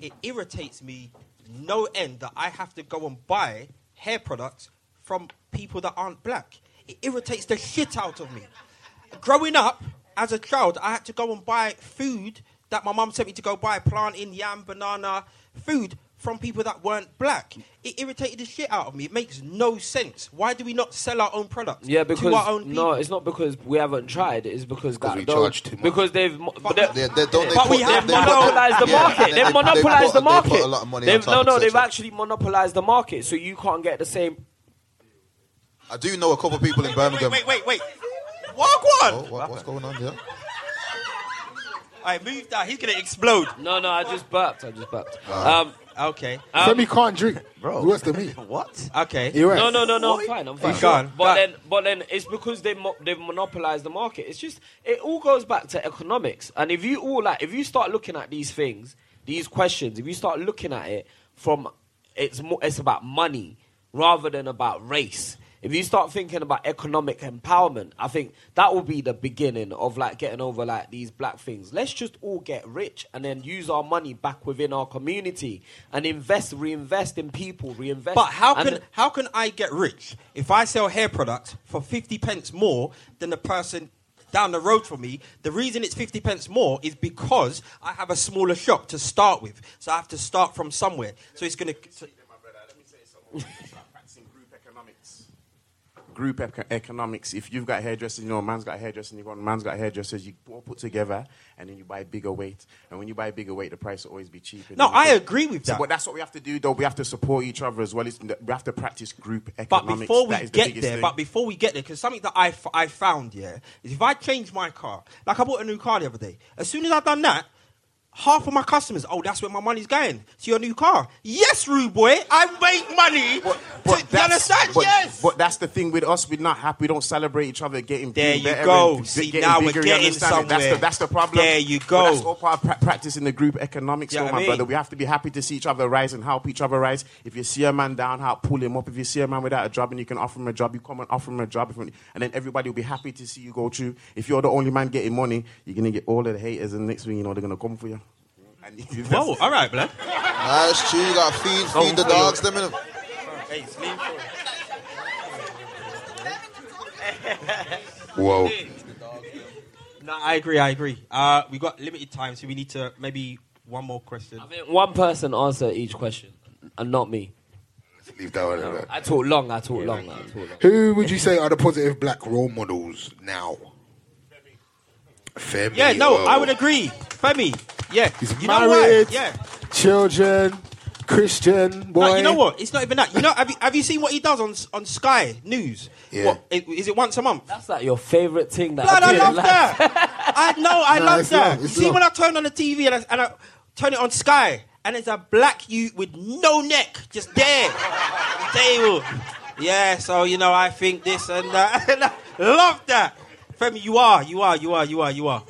S5: it irritates me no end that I have to go and buy hair products from people that aren't black. It irritates the shit out of me. Growing up as a child, I had to go and buy food that my mum sent me to go buy plantain, yam, banana, food from people that weren't black. It irritated the shit out of me. It makes no sense. Why do we not sell our own products?
S4: Yeah,
S5: to our
S4: because
S5: own
S4: no, it's not because we haven't tried. It's because that
S5: we
S4: those-
S5: charge too much.
S4: Because they've mo- but they've,
S8: they
S4: but
S8: put-
S4: we
S8: they-
S4: have
S8: they put-
S4: monopolized the
S8: yeah,
S4: market.
S8: they-
S4: they've
S8: they put- they
S4: monopolized the
S8: put- they put
S4: market.
S8: a lot of money on
S4: They've-
S8: top,
S4: no, no,
S8: et
S4: they've
S8: cetera.
S4: actually monopolized the market, so you can't get the same.
S8: I do know a couple of people in Birmingham.
S5: Wait, wait, wait. Walk one.
S8: Oh, what, what's going on here?
S5: I moved that. He's gonna explode.
S4: No, no, I just burped. I just burped.
S5: Ah.
S4: Um,
S5: okay.
S3: Femi can't drink. Bro. Worse than me.
S16: what?
S5: Okay.
S4: No, no, no, no. I'm fine. I'm fine.
S5: He's gone.
S4: But then, but then it's because they mo- they've monopolized the market. It's just it all goes back to economics. And if you all like, if you start looking at these things, these questions, if you start looking at it from, it's more it's about money rather than about race. If you start thinking about economic empowerment, I think that will be the beginning of like getting over like these black things. Let's just all get rich and then use our money back within our community and invest, reinvest in people, reinvest.
S5: But how
S4: And
S5: can how can I get rich if I sell hair products for fifty pence more than the person down the road from me? The reason it's fifty pence more is because I have a smaller shop to start with, so I have to start from somewhere. So it's gonna.
S11: group eco- economics. If you've got hairdressers, you know, a man's got hairdressers, and you go, on, man's got hairdressers, you all put together, and then you buy bigger weight. And when you buy bigger weight, the price will always be cheaper.
S5: No,
S11: And you
S5: I
S11: can-
S5: agree with
S11: So,
S5: that.
S11: but that's what we have to do, though. We have to support each other as well. It's, we have to practice group
S5: But
S11: economics.
S5: before we
S11: That is the
S5: get
S11: biggest
S5: there,
S11: thing.
S5: but before we get there, because something that I, f- I found, yeah, is if I change my car, like I bought a new car the other day, as soon as I've done that, half of my customers, oh, that's where my money's going, to your new car. Yes, rude boy, I make money. to, you understand?
S11: But,
S5: yes.
S11: but that's the thing with us. We're not happy. We don't celebrate each other getting
S5: There
S11: big,
S5: you
S11: better
S5: go.
S11: and
S5: See,
S11: getting
S5: now we're
S11: bigger, you
S5: getting
S11: understand me? That's
S5: somewhere.
S11: the, that's the problem.
S5: There you
S11: But that's
S5: go.
S11: all part of pra- practicing the group economics,
S5: Yeah,
S11: though,
S5: I
S11: my
S5: mean.
S11: brother. We have to be happy to see each other rise and help each other rise. If you see a man down, help pull him up. If you see a man without a job and you can offer him a job, you come and offer him a job, If- and then everybody will be happy to see you go through. If you're the only man getting money, you're gonna get all of the haters, and next thing you know, they're gonna come for you. And
S5: Whoa, all right, blood.
S8: That's true. You got to feed,
S11: Don't
S8: feed the
S11: feel-
S8: dogs. Them in
S3: Whoa.
S5: No, I agree, I agree. Uh, we got limited time, so we need to maybe one more question.
S4: One person answer each question, and not me.
S3: Leave that one. alone.
S4: I talk long. I talk long. I talk long.
S3: Who would you say are the positive black role models now? Femi.
S5: Yeah, no,
S3: oh.
S5: I would agree. Femi, yeah.
S3: He's
S5: you know why?
S3: married.
S5: Yeah.
S3: Children. Christian. Boy.
S5: No, you know what? It's not even that. You know, have you, have you seen what he does on on Sky News?
S3: Yeah.
S5: What, i- is it once a month?
S4: That's like your favorite thing that
S5: Blood,
S4: I
S5: I
S4: do in
S5: love
S4: life.
S5: that. I know, I
S4: No,
S5: love
S4: it's
S5: that.
S4: love, it's
S5: See,
S4: love.
S5: when I turn on the TV and I, and I turn it on Sky, and it's a black you with no neck, just there, table. Yeah, so you know, I think this and that. And I love that, Femi. You are, you are, you are, you are, you are.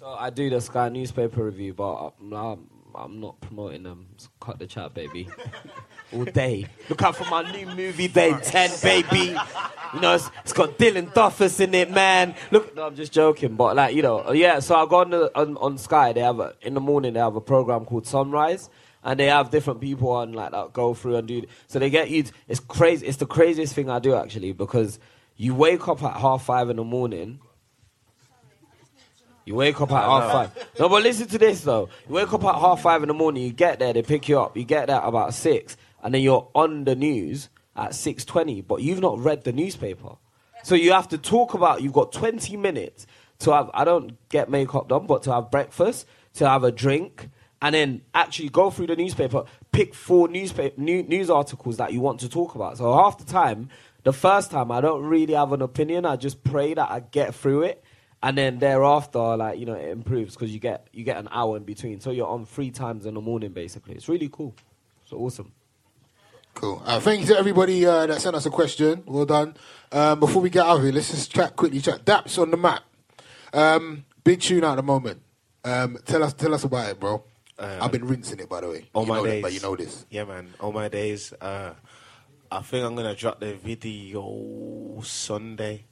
S4: So I do the Sky newspaper review, but I'm, I'm, I'm not promoting them. So Cut the chat, baby. All day. Look out for my new movie, Day 10, baby. You know, it's, it's got Dylan Duffus in it, man. Look, no, I'm just joking, but like, you know, yeah, so I go on, the, on, on Sky, they have, a, in the morning, they have a program called Sunrise. And they have different people on like that go through and do. So they get you. It's crazy. It's the craziest thing I do actually because you wake up at half five in the morning you wake up at half five. No, but listen to this though. You wake up at half five in the morning. You get there, they pick you up. You get there about six, and then you're on the news at six twenty. But you've not read the newspaper, so you have to talk about. You've got twenty minutes to have. I don't get makeup done, but to have breakfast, to have a drink, and then actually go through the newspaper, pick four newspaper new, news articles that you want to talk about. So half the time, the first time, I don't really have an opinion. I just pray that I get through it and then thereafter, like you know, it improves because you get you get an hour in between, so you're on three times in the morning basically. It's really cool. So awesome.
S3: Cool. Uh, thank you to everybody uh, that sent us a question. Well done. Um, before we get out of here, let's just chat quickly. Chat. Daps on the map. Um, big tune out at the moment. Um, tell us, tell us about it, bro.
S5: Um,
S3: I've been rinsing it, by the way.
S9: All
S3: you
S9: my
S3: know that,
S9: days,
S3: but you know this.
S9: Yeah, man. All my days. Uh, I think I'm gonna drop the video Sunday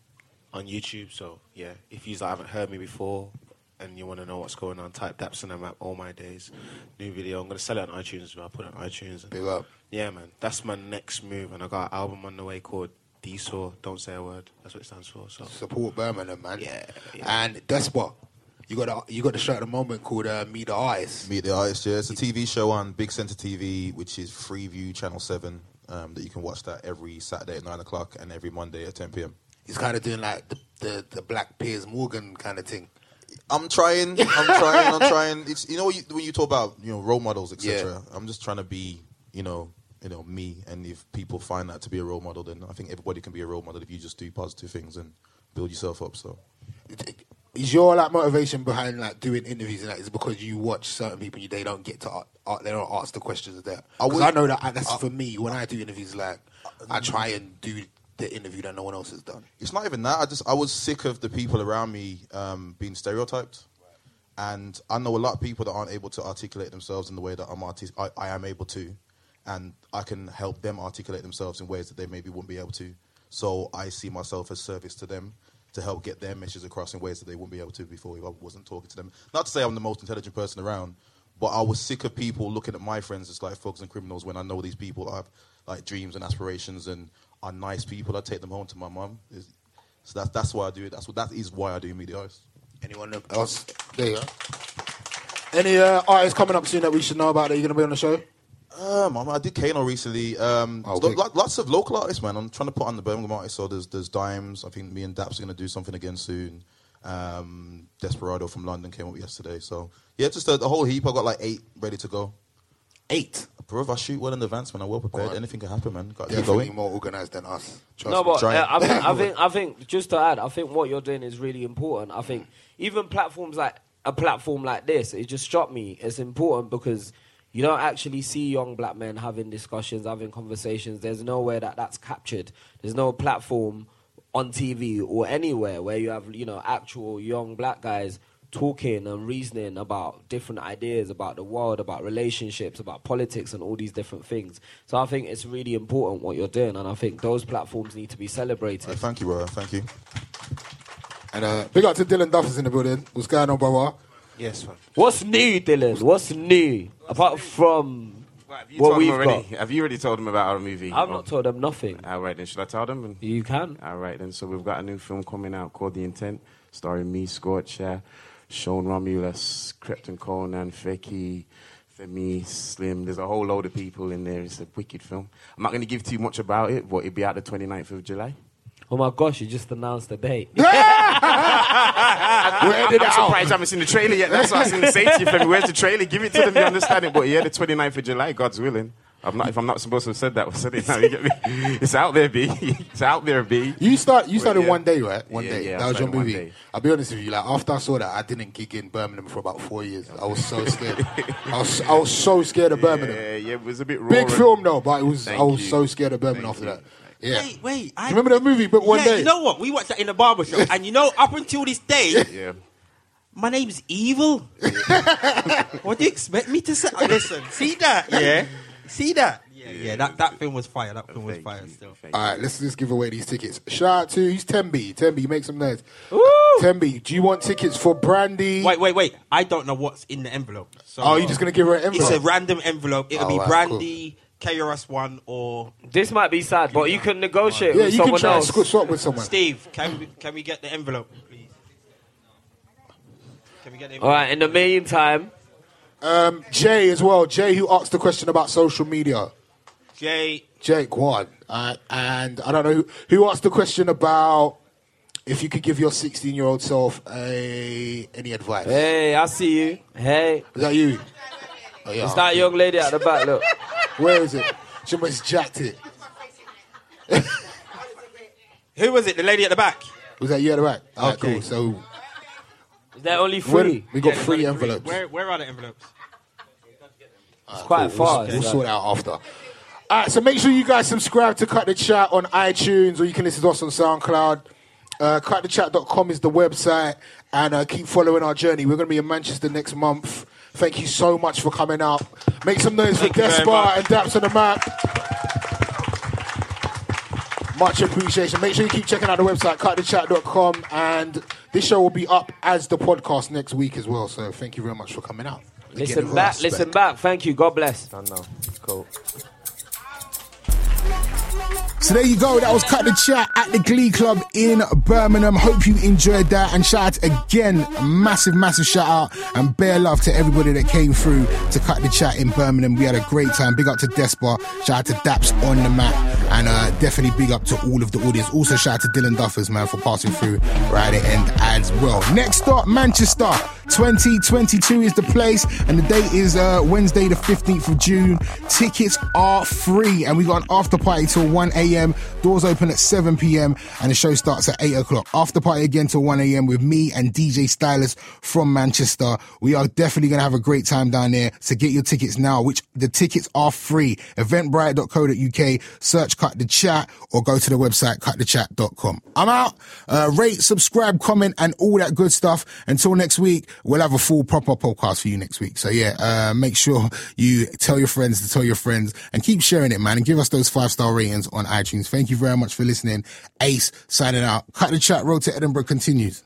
S9: on YouTube. So yeah, if you haven't heard me before and you want to know what's going on, type Daps on the map. All my days, new video. I'm gonna sell it on iTunes. I'll put it on iTunes.
S3: Big up.
S9: Yeah, man. That's my next move, and I got an album on the way called Diesel. Don't say a word. That's what it stands for. So
S3: Support Birmingham, man.
S9: Yeah.
S3: And Despa. You got a, you got the show at the moment called uh, Meet the Artist.
S8: Meet the Artist, yeah. It's a TV show on Big Centre TV, which is Freeview Channel 7, um, that you can watch that every Saturday at 9 o'clock and every Monday at 10 p.m.
S3: He's kind of doing like the, the, the Black Piers Morgan kind of thing.
S8: I'm trying, I'm trying, I'm trying. It's, you know when you, when you talk about you know role models, etc. I'm just trying to be you know you know me, and if people find that to be a role model, then I think everybody can be a role model if you just do positive things and build yourself up. So
S3: Is your like motivation behind like doing interviews and that is because you watch certain people you they don't get to a- a- they don't ask the questions that.
S8: I
S3: Because
S8: would-
S3: I, know that I, that's for me when I do interviews like I try and do the interview that no one else has done.
S8: it's not even that. I just I was sick of the people around me um, being stereotyped, and I know a lot of people that aren't able to articulate themselves in the way that I'm artist. I, I am able to, and I can help them articulate themselves in ways that they maybe wouldn't be able to. So I see myself as service to them to help get their messages across in ways that they wouldn't be able to before if I wasn't talking to them. Not to say I'm the most intelligent person around, but I was sick of people looking at my friends as like thugs and criminals when I know these people have like dreams and aspirations and are nice people. I take them home to my mum. It's- So that's that's why I do it. That's what that is why I do media artists.
S3: Anyone else? Oh, There you go. Any uh, artists coming up soon that we should know about that you're gonna be on the show?
S8: Um, I, I did Kano recently. Um,
S3: Oh,
S8: lo-
S3: big.
S8: lo- lots of local artists, man. I'm trying to put on the Birmingham artists. So there's there's Dimes. I think me and Daps are going to do something again soon. Um, Desperado from London came up yesterday. So yeah, just a, a whole heap. I got like eight ready to go.
S3: Eight,
S8: bro. If I shoot well in advance, man, I'm well prepared.
S3: Alright.
S8: Anything can happen, man. Got to keep
S3: Definitely
S8: going.
S3: more organized than us. Trust
S4: no,
S3: me.
S4: but uh, I, think, I think I think just to add, I think what you're doing is really important. I think even platforms like a platform like this, it just struck me. It's important because you don't actually see young black men having discussions, having conversations. There's nowhere that that's captured. There's no platform on TV or anywhere where you have you know actual young black guys talking and reasoning about different ideas about the world, about relationships, about politics, and all these different things. So I think it's really important what you're doing, and I think those platforms need to be celebrated.
S8: thank you, brother. Thank you.
S3: And uh, big up to Dylan Duffers in the building. What's going on, brother?
S4: Yes, man. What's new, Dylan? What's new apart from
S11: You
S4: what
S11: told
S4: we've
S11: him already.
S4: got?
S11: Have you already told them about our movie?
S4: I've not told them nothing.
S11: All right then, should I tell them?
S4: You can.
S11: All right then. So we've got a new film coming out called The Intent, starring me, Scott Share, Sean Romulus, Krypton Conan, Feki, Femi, Slim. There's a whole load of people in there. It's a wicked film. I'm not going to give too much about it, but it'll be out the 29th of July.
S4: Oh my gosh, you just announced the date.
S11: I'm, I'm surprised I haven't seen the trailer yet. That's what I was going to say to you, Femi. Where's the trailer? Give it to them. You understand it? But yeah, the 29th of July, God's willing. I'm not, if I'm not supposed to have said that, I said it now. You get me? It's out there, B. It's out there, B.
S3: You start. You
S11: Well,
S3: started
S11: yeah.
S3: one day, right? One
S11: Yeah,
S3: day.
S11: yeah,
S3: that
S11: I
S3: was your
S11: started one
S3: movie.
S11: day.
S3: I'll be honest with you. Like after I saw that, I didn't gig in Birmingham for about four years. I was so scared. I was. I was so scared of Birmingham.
S11: Yeah, yeah, it was a bit raw.
S3: Big film though, but it was.
S11: Thank
S3: I was
S11: you.
S3: so scared of Birmingham after that. Yeah.
S5: Wait, wait.
S3: Do
S5: I,
S3: you remember that movie? But one
S5: yeah,
S3: day.
S5: you know what? We watched that in the barber shop, and you know, up until this day,
S11: yeah.
S5: my name's Evil. what do you expect me to say? Oh, Listen, see that? Yeah, see that? Yeah, yeah. that, that film was fire. That film was fire. Still.
S3: All right, let's just give away these tickets. Shout out to who's Tembi. Tembi, make some noise. Tembi, do you want tickets for Brandy?
S5: Wait, wait, wait. I don't know what's in the envelope. So
S3: Oh, you're just gonna give her an
S5: It's a
S3: envelope?
S5: random envelope. It'll
S3: Oh,
S5: be
S3: that's
S5: brandy, KRS One, or
S4: This might be sad, but you can negotiate
S3: Yeah,
S4: with
S3: you can
S4: someone
S3: try and
S4: else.
S3: squ- swap with someone.
S5: Steve. Can we can we get the envelope, please? Can we get the envelope?
S4: All right. In the meantime,
S3: Um, Jay as well. Jay, who asked the question about social media.
S4: Uh,
S5: Jay.
S3: Jake One. Uh, and I don't know who, who asked the question about if you could give your 16 year old self a, any advice.
S4: Hey, I see you. Hey.
S3: Is that you? Oh, yeah.
S4: it's that young lady at the back. Look.
S3: Where is it? She must jacked it.
S5: Who was it? The lady at the back.
S3: Was that you at the back? Alright,
S5: Okay.
S3: cool. So
S4: Is there only
S3: Where-
S4: three?
S3: we got three envelopes.
S5: Where where are the envelopes?
S4: It's quite
S3: Cool,
S4: far.
S3: We'll, we'll sort it out after. All right, so make sure you guys subscribe to Cut the Chat on iTunes, or you can listen to us on SoundCloud. Uh, cutthechat.com is the website, and uh, keep following our journey. We're going to be in Manchester next month. Thank you so much for coming out. Make some noise for
S12: you very
S3: Despar
S12: much.
S3: and Daps on the map. Much appreciation. Make sure you keep checking out the website, cutthechat.com, and this show will be up as the podcast next week as well. So thank you very much for coming out.
S4: Listen
S3: Again,
S4: back.
S3: respect.
S4: Listen back. Thank you. God bless. I know. Cool.
S1: So
S3: So there you go. That was Cut the Chat at the Glee Club in Birmingham. Hope you enjoyed that. And shout out again, massive, massive shout out and bare love to everybody that came through to Cut the Chat in Birmingham. We had a great time. Big up to Despa. Shout out to Daps on the map. And uh, definitely big up to all of the audience. Also shout out to Dylan Duffers, man, for passing through right at the end as well. Next up, Manchester. 2022 is the place. And the date is uh, Wednesday, the 15th of June. Tickets are free. And we got an after party till 1 a.m. Doors open at 7 p.m. And the show starts at 8 o'clock. After party again till 1 a.m. with me and DJ Stylus from Manchester. We are definitely going to have a great time down there. So get your tickets now, which the tickets are free. Eventbrite.co.uk, search Cut the Chat or go to the website cutthechat.com. I'm out. Uh, rate, subscribe, comment, and all that good stuff. Until next week, we'll have a full proper podcast for you next week. So yeah, uh, make sure you tell your friends to tell your friends and keep sharing it, man. And give us those five star ratings on iTunes. Thank you very much for listening. Ace signing out. Cut the chat. Road to Edinburgh continues.